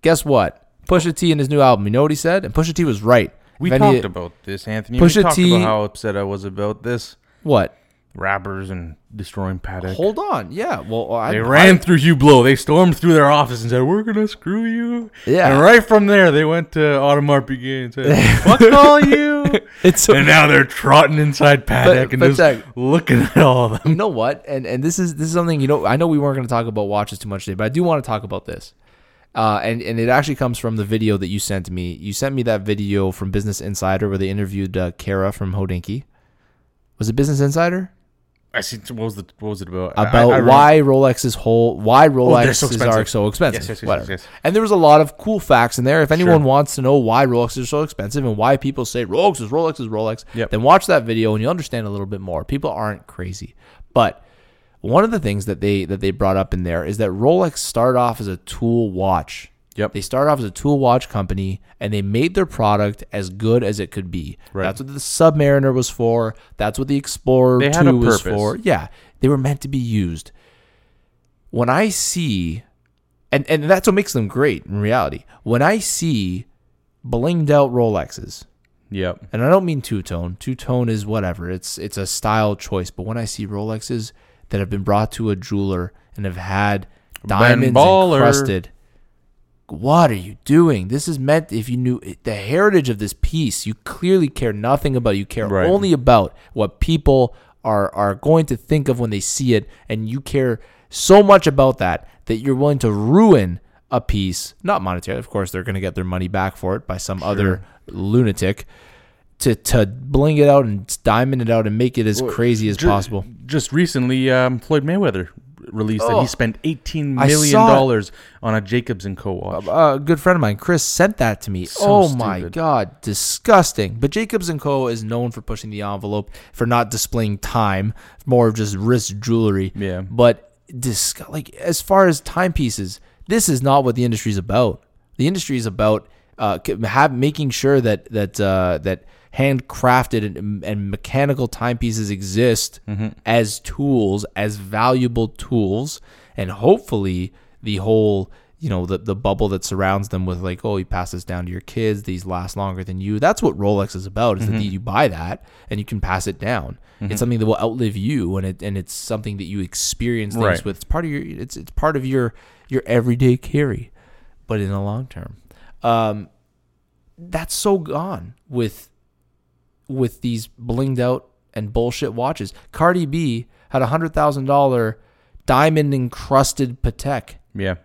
Speaker 1: Guess what? Pusha T in his new album. You know what he said? And Pusha T was right.
Speaker 2: We
Speaker 1: If any-
Speaker 2: talked about this, Anthony.
Speaker 1: Pusha
Speaker 2: we talked
Speaker 1: T-
Speaker 2: about how upset I was about this.
Speaker 1: what?
Speaker 2: Rappers and destroying Paddock.
Speaker 1: Hold on. Yeah. Well, I,
Speaker 2: they
Speaker 1: I-
Speaker 2: ran through Hugh Blow. They stormed through their office and said, "We're gonna screw you."
Speaker 1: Yeah.
Speaker 2: And right from there, they went to Audemars Piguet
Speaker 1: *laughs*
Speaker 2: and said, "Fuck all you."
Speaker 1: *laughs* It's so,
Speaker 2: And now they're trotting inside Paddock and
Speaker 1: but
Speaker 2: just
Speaker 1: Zach-
Speaker 2: looking at all of them.
Speaker 1: you know what? And and this is this is something you know. I know we weren't going to talk about watches too much today, but I do want to talk about this. Uh, and and it actually comes from the video that you sent to me. You sent me that video from Business Insider where they interviewed uh, Kara from Hodinky. Was it Business Insider?
Speaker 2: I see. What was the what was it about? I- I-
Speaker 1: about
Speaker 2: I remember-
Speaker 1: why Rolex's whole why Rolexes
Speaker 2: so
Speaker 1: are
Speaker 2: expensive.
Speaker 1: so expensive.
Speaker 2: Yes, yes, yes,
Speaker 1: whatever.
Speaker 2: yes, yes.
Speaker 1: And there was a lot of cool facts in there. If anyone wants to know why Rolexes are so expensive and why people say Rolex is Rolex is Rolex,
Speaker 2: Yep.
Speaker 1: then watch that video and you'll understand a little bit more. People aren't crazy, but one of the things that they that they brought up in there is that Rolex started off as a tool watch.
Speaker 2: Yep.
Speaker 1: They started off as a tool watch company and they made their product as good as it could be.
Speaker 2: Right.
Speaker 1: That's what the Submariner was for. That's what the Explorer
Speaker 2: They
Speaker 1: 2
Speaker 2: had a
Speaker 1: was
Speaker 2: purpose.
Speaker 1: for. Yeah. They were meant to be used. When I see and, and that's what makes them great in reality. When I see blinged out Rolexes,
Speaker 2: Yep.
Speaker 1: and I don't mean two tone. Two tone is whatever. It's it's a style choice. But when I see Rolexes that have been brought to a jeweler and have had diamonds
Speaker 2: baller.
Speaker 1: encrusted, what are you doing? This is meant if you knew it- the heritage of this piece. You clearly care nothing about. it. You care
Speaker 2: Right.
Speaker 1: only about what people are are going to think of when they see it, and you care so much about that that you're willing to ruin a piece, not monetarily. Of course, they're going to get their money back for it by some other lunatic to to bling it out and diamond it out and make it as crazy as
Speaker 2: Ju-
Speaker 1: possible.
Speaker 2: Just recently, um, Floyd Mayweather released that
Speaker 1: Oh.
Speaker 2: he spent eighteen
Speaker 1: I
Speaker 2: million
Speaker 1: saw it.
Speaker 2: dollars on a Jacobs and Co. watch.
Speaker 1: Uh, a good friend of mine, Chris, sent that to me.
Speaker 2: So
Speaker 1: oh my
Speaker 2: stupid.
Speaker 1: god, disgusting! But Jacobs and Co. is known for pushing the envelope, for not displaying time, more of just wrist jewelry.
Speaker 2: Yeah.
Speaker 1: But disg- like as far as timepieces, this is not what the industry's about. The industry is about uh, c- have making sure that that uh, that handcrafted and, and mechanical timepieces exist
Speaker 2: Mm-hmm.
Speaker 1: as tools, as valuable tools, and hopefully the whole you know the the bubble that surrounds them with like oh you pass this down to your kids these last longer than you that's what Rolex is about is that you buy that and you can pass it down it's something that will outlive you and it and it's something that you experience things
Speaker 2: Right.
Speaker 1: with it's part of your it's it's part of your your everyday carry but in the long term um that's so gone with with these blinged out and bullshit watches Cardi B had a hundred thousand dollar diamond encrusted Patek
Speaker 2: Yeah.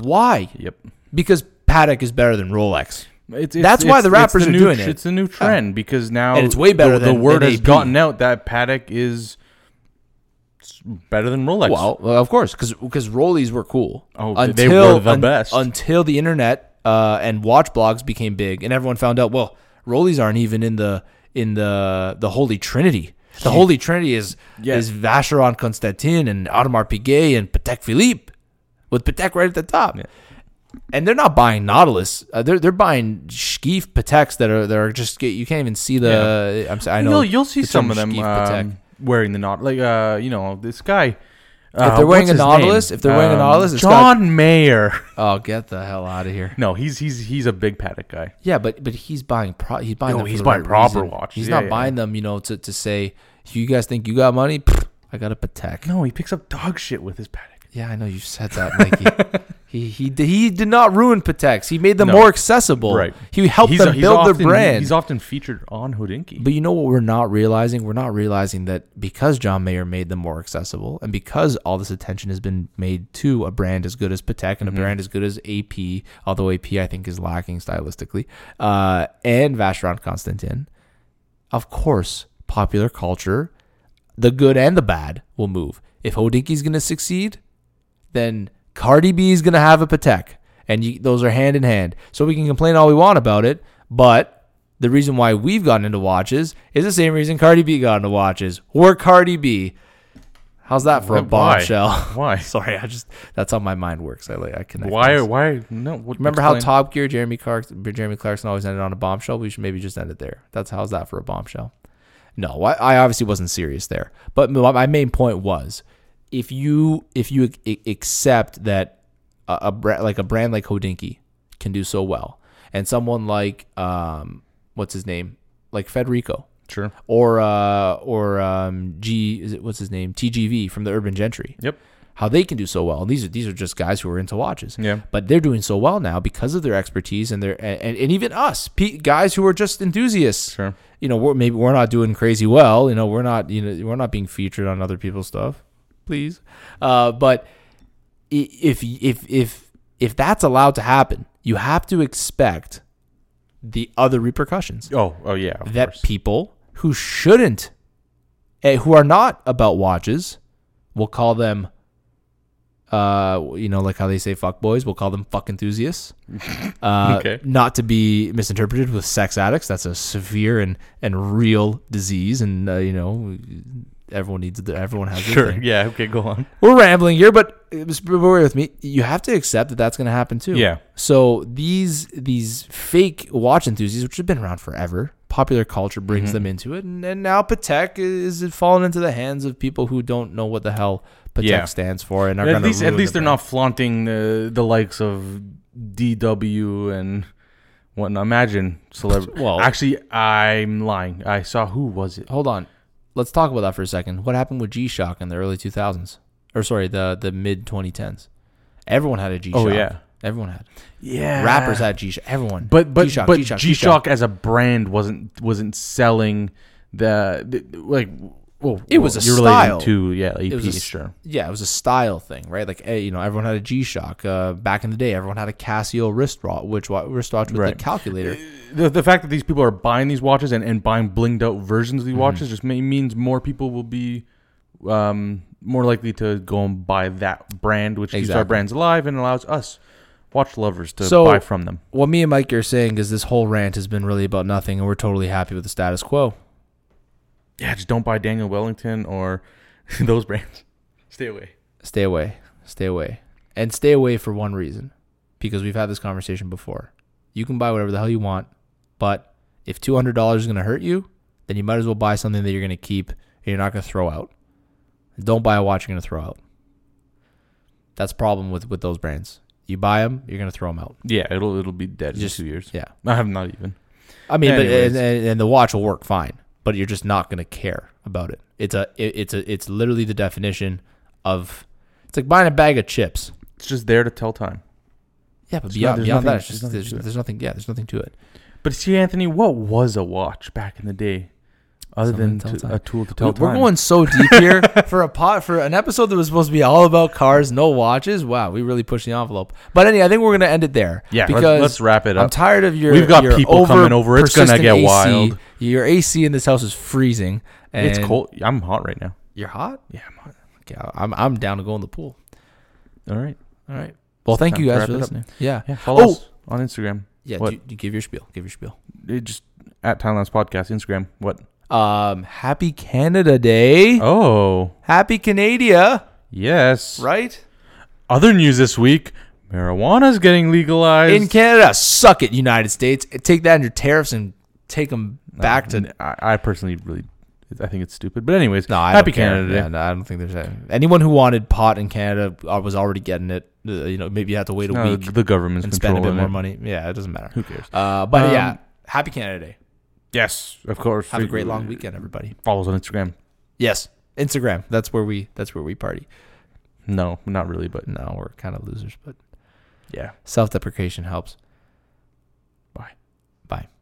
Speaker 1: why
Speaker 2: Yep.
Speaker 1: because Patek is better than Rolex.
Speaker 2: It's,
Speaker 1: That's why the rappers
Speaker 2: the
Speaker 1: are
Speaker 2: new
Speaker 1: doing
Speaker 2: tr-
Speaker 1: it.
Speaker 2: It's a new trend because now
Speaker 1: And it's way better
Speaker 2: the, the
Speaker 1: than-
Speaker 2: word
Speaker 1: than
Speaker 2: has
Speaker 1: AP.
Speaker 2: gotten out that Paddock is s- better than Rolex.
Speaker 1: Well, well, of course, because Rollies were cool.
Speaker 2: Oh, they were the best.
Speaker 1: until the internet uh, and watch blogs became big, and everyone found out. Well, Rollies aren't even in the in the the Holy Trinity. The Holy Trinity is
Speaker 2: Yeah.
Speaker 1: is Vacheron Constantin and Audemars Piguet and Patek Philippe, with Patek right at the top. And they're not buying Nautilus. Uh, they're they're buying Schief Pateks that are that are just you can't even see the. I'm sorry, I know
Speaker 2: you'll, you'll see
Speaker 1: the
Speaker 2: some
Speaker 1: term
Speaker 2: of them
Speaker 1: Schief Patek.
Speaker 2: um, wearing the not like uh you know this guy. uh,
Speaker 1: If they're wearing a Nautilus- if they're wearing a Nautilus, it's got-
Speaker 2: Um, John Mayer. *laughs*
Speaker 1: Oh, get the hell out of here.
Speaker 2: No, he's he's he's a big Paddock guy.
Speaker 1: Yeah, but but he's buying pro- he's buying
Speaker 2: No,
Speaker 1: them for
Speaker 2: he's
Speaker 1: the
Speaker 2: buying
Speaker 1: right
Speaker 2: proper
Speaker 1: reason.
Speaker 2: watches.
Speaker 1: He's
Speaker 2: Yeah,
Speaker 1: not
Speaker 2: yeah.
Speaker 1: buying them, you know, to, to say you guys think you got money. Pfft, I got a Patek.
Speaker 2: No, he picks up dog shit with his Paddock.
Speaker 1: Yeah, I know you said that,
Speaker 2: *laughs*
Speaker 1: Mikey. he he d- he did not ruin Pateks. He made them
Speaker 2: No.
Speaker 1: more accessible. He helped
Speaker 2: He's-
Speaker 1: them
Speaker 2: he's
Speaker 1: build
Speaker 2: often,
Speaker 1: their brand.
Speaker 2: He's often featured on Houdinki.
Speaker 1: But you know what we're not realizing? We're not realizing that because John Mayer made them more accessible and because all this attention has been made to a brand as good as Patek and a brand as good as AP, although AP I think is lacking stylistically, uh, and Vacheron Constantin, of course, popular culture, the good and the bad will move. If Hodinki's going to succeed, then Cardi B is going to have a Patek. And you, those are hand in hand. So we can complain all we want about it, but the reason why we've gotten into watches is the same reason Cardi B got into watches. We're Cardi B. How's that for a
Speaker 2: Why?
Speaker 1: bombshell?
Speaker 2: *laughs*
Speaker 1: *laughs*
Speaker 2: Why?
Speaker 1: Sorry, I just that's how my mind works. I like I connect.
Speaker 2: Why?
Speaker 1: things.
Speaker 2: Why? No. What,
Speaker 1: Remember how
Speaker 2: explain.
Speaker 1: Top Gear Jeremy Clark Jeremy Clarkson always ended on a bombshell? We should maybe just end it there. That's how's that for a bombshell? No, I, I obviously wasn't serious there, but my my main point was if you if you ac- accept that a, a brand like a brand like Hodinky can do so well, and someone like um what's his name like Federico
Speaker 2: Sure.
Speaker 1: or uh or um G is it what's his name TGV from the Urban Gentry
Speaker 2: Yep.
Speaker 1: how they can do so well. And these are these are just guys who are into watches.
Speaker 2: Yeah.
Speaker 1: But they're doing so well now because of their expertise and their and, and, and even us pe- guys who are just enthusiasts.
Speaker 2: Sure.
Speaker 1: You know, we're, maybe we're not doing crazy well. You know, we're not you know we're not being featured on other people's stuff. Please, uh, but i- if if if if that's allowed to happen, you have to expect the other repercussions
Speaker 2: Oh. Oh yeah. Of
Speaker 1: that
Speaker 2: course.
Speaker 1: people who shouldn't, eh, who are not about watches, we'll call them, uh, you know, like how they say fuck boys, we'll call them fuck enthusiasts. Uh,
Speaker 2: Okay.
Speaker 1: Not to be misinterpreted with sex addicts. That's a severe and, and real disease, and uh, you know, everyone needs it. Everyone has their
Speaker 2: Sure. *laughs*
Speaker 1: thing.
Speaker 2: Yeah. Okay. Go on.
Speaker 1: We're rambling here, but uh, just bear with me. You have to accept that that's going to happen too.
Speaker 2: Yeah.
Speaker 1: So these these fake watch enthusiasts, which have been around forever, popular culture
Speaker 2: Mm-hmm.
Speaker 1: brings them into it, and, and now Patek is falling into the hands of people who don't know what the hell Patek
Speaker 2: Yeah.
Speaker 1: stands for, and are
Speaker 2: At
Speaker 1: gonna
Speaker 2: least, at
Speaker 1: ruin
Speaker 2: least
Speaker 1: the
Speaker 2: they're
Speaker 1: brand.
Speaker 2: not flaunting the, the likes of DW and whatnot. Imagine celebrity.
Speaker 1: Well-
Speaker 2: actually, I'm lying. I saw who was it?
Speaker 1: Hold on, let's talk about that for a second. What happened with G Shock in the early two thousands, or sorry, the the mid twenty tens? Everyone had a G Shock.
Speaker 2: Oh, yeah.
Speaker 1: everyone had.
Speaker 2: Yeah,
Speaker 1: Rappers had G Shock. Everyone.
Speaker 2: But but
Speaker 1: G-Shock,
Speaker 2: but
Speaker 1: G-Shock,
Speaker 2: G Shock as a brand wasn't wasn't selling the, the- like. Well,
Speaker 1: It was a
Speaker 2: you're
Speaker 1: style.
Speaker 2: relating to yeah AP
Speaker 1: It was a s-
Speaker 2: sure.
Speaker 1: yeah, it was a style thing, right? Like, eh, you know, everyone had a G Shock uh, back in the day. Everyone had a Casio wristwatch, which wa- wristwatch with
Speaker 2: Right.
Speaker 1: the calculator.
Speaker 2: The, the fact that these people are buying these watches and, and buying blinged out versions
Speaker 1: Mm-hmm.
Speaker 2: of these watches just may, means more people will be um, more likely to go and buy that brand, which keeps our
Speaker 1: Exactly.
Speaker 2: brands alive and allows us watch lovers to
Speaker 1: So-
Speaker 2: buy from them.
Speaker 1: What me and Mike are saying is this whole rant has been really about nothing, and we're totally happy with the status quo.
Speaker 2: Yeah, just don't buy Daniel Wellington or *laughs* those brands. Stay away.
Speaker 1: Stay away, stay away, and stay away for one reason, because we've had this conversation before. You can buy whatever the hell you want, but if two hundred dollars is going to hurt you, then you might as well buy something that you're going to keep and you're not going to throw out. Don't buy a watch you're going to throw out. That's a problem with with those brands. You buy them, you're going to throw them out.
Speaker 2: Yeah, it'll it'll be dead
Speaker 1: Just-
Speaker 2: in two years.
Speaker 1: Yeah,
Speaker 2: I have not even.
Speaker 1: I mean, but,
Speaker 2: Anyways.
Speaker 1: and, and, and the watch will work fine, but you're just not going to care about it. It's a it- it's a it's literally the definition of it's like buying a bag of chips.
Speaker 2: It's just there to tell time.
Speaker 1: Yeah, but
Speaker 2: It's
Speaker 1: beyond,
Speaker 2: not- there's
Speaker 1: beyond that,
Speaker 2: nothing-
Speaker 1: it's
Speaker 2: there's
Speaker 1: just,
Speaker 2: nothing
Speaker 1: there's,
Speaker 2: to it.
Speaker 1: there's nothing. Yeah, there's nothing to it.
Speaker 2: But see, Anthony, what was a watch back in the day, other
Speaker 1: Something to
Speaker 2: than
Speaker 1: tell
Speaker 2: to,
Speaker 1: time.
Speaker 2: a tool to tell
Speaker 1: We're
Speaker 2: time?
Speaker 1: going so deep
Speaker 2: *laughs*
Speaker 1: here for a pot for an episode that was supposed to be all about cars, no watches. Wow, we really pushed the envelope. But anyway, I think we're gonna end it there.
Speaker 2: Yeah, let's-
Speaker 1: because
Speaker 2: let's wrap it
Speaker 1: I'm
Speaker 2: up.
Speaker 1: tired of your.
Speaker 2: We've got
Speaker 1: your
Speaker 2: people
Speaker 1: over
Speaker 2: coming over. It's gonna
Speaker 1: persistent
Speaker 2: get
Speaker 1: AC.
Speaker 2: wild.
Speaker 1: Your AC in this house is freezing. And
Speaker 2: it's cold. I'm hot right now.
Speaker 1: You're hot.
Speaker 2: Yeah, I'm hot.
Speaker 1: Okay, I'm I'm down to go in the pool.
Speaker 2: All right.
Speaker 1: All right. Well, thank
Speaker 2: time
Speaker 1: you
Speaker 2: to
Speaker 1: guys
Speaker 2: wrap
Speaker 1: for
Speaker 2: it up.
Speaker 1: listening. Yeah.
Speaker 2: Yeah, follow
Speaker 1: Oh!
Speaker 2: us on Instagram.
Speaker 1: Yeah.
Speaker 2: What?
Speaker 1: Do, do- give your spiel. Give your spiel.
Speaker 2: It just at Timelands Podcast Instagram. What?
Speaker 1: Um, happy Canada Day.
Speaker 2: Oh,
Speaker 1: Happy Canada,
Speaker 2: yes.
Speaker 1: right?
Speaker 2: Other news this week: marijuana's getting legalized.
Speaker 1: In Canada, suck it, United States. Take that in your tariffs and take them back to.
Speaker 2: I, I personally really, I think it's stupid. But anyways,
Speaker 1: No, I
Speaker 2: happy
Speaker 1: don't care.
Speaker 2: Canada Day.
Speaker 1: Yeah, no, I don't think there's any- anyone who wanted pot in Canada uh, was already getting it. Uh, you know, maybe you had to wait a
Speaker 2: No,
Speaker 1: week
Speaker 2: Uh, the government's
Speaker 1: and spend a bit
Speaker 2: controlling
Speaker 1: more money.
Speaker 2: it.
Speaker 1: Yeah, it doesn't matter.
Speaker 2: Who cares?
Speaker 1: Uh, but
Speaker 2: Um,
Speaker 1: yeah, happy Canada Day.
Speaker 2: Yes, of course.
Speaker 1: Have a great long weekend, everybody.
Speaker 2: Follow us on Instagram.
Speaker 1: Yes, Instagram. That's where we. That's where we party.
Speaker 2: No, not really, but
Speaker 1: No, we're kind of losers, but
Speaker 2: yeah.
Speaker 1: self-deprecation helps.
Speaker 2: Bye.
Speaker 1: Bye.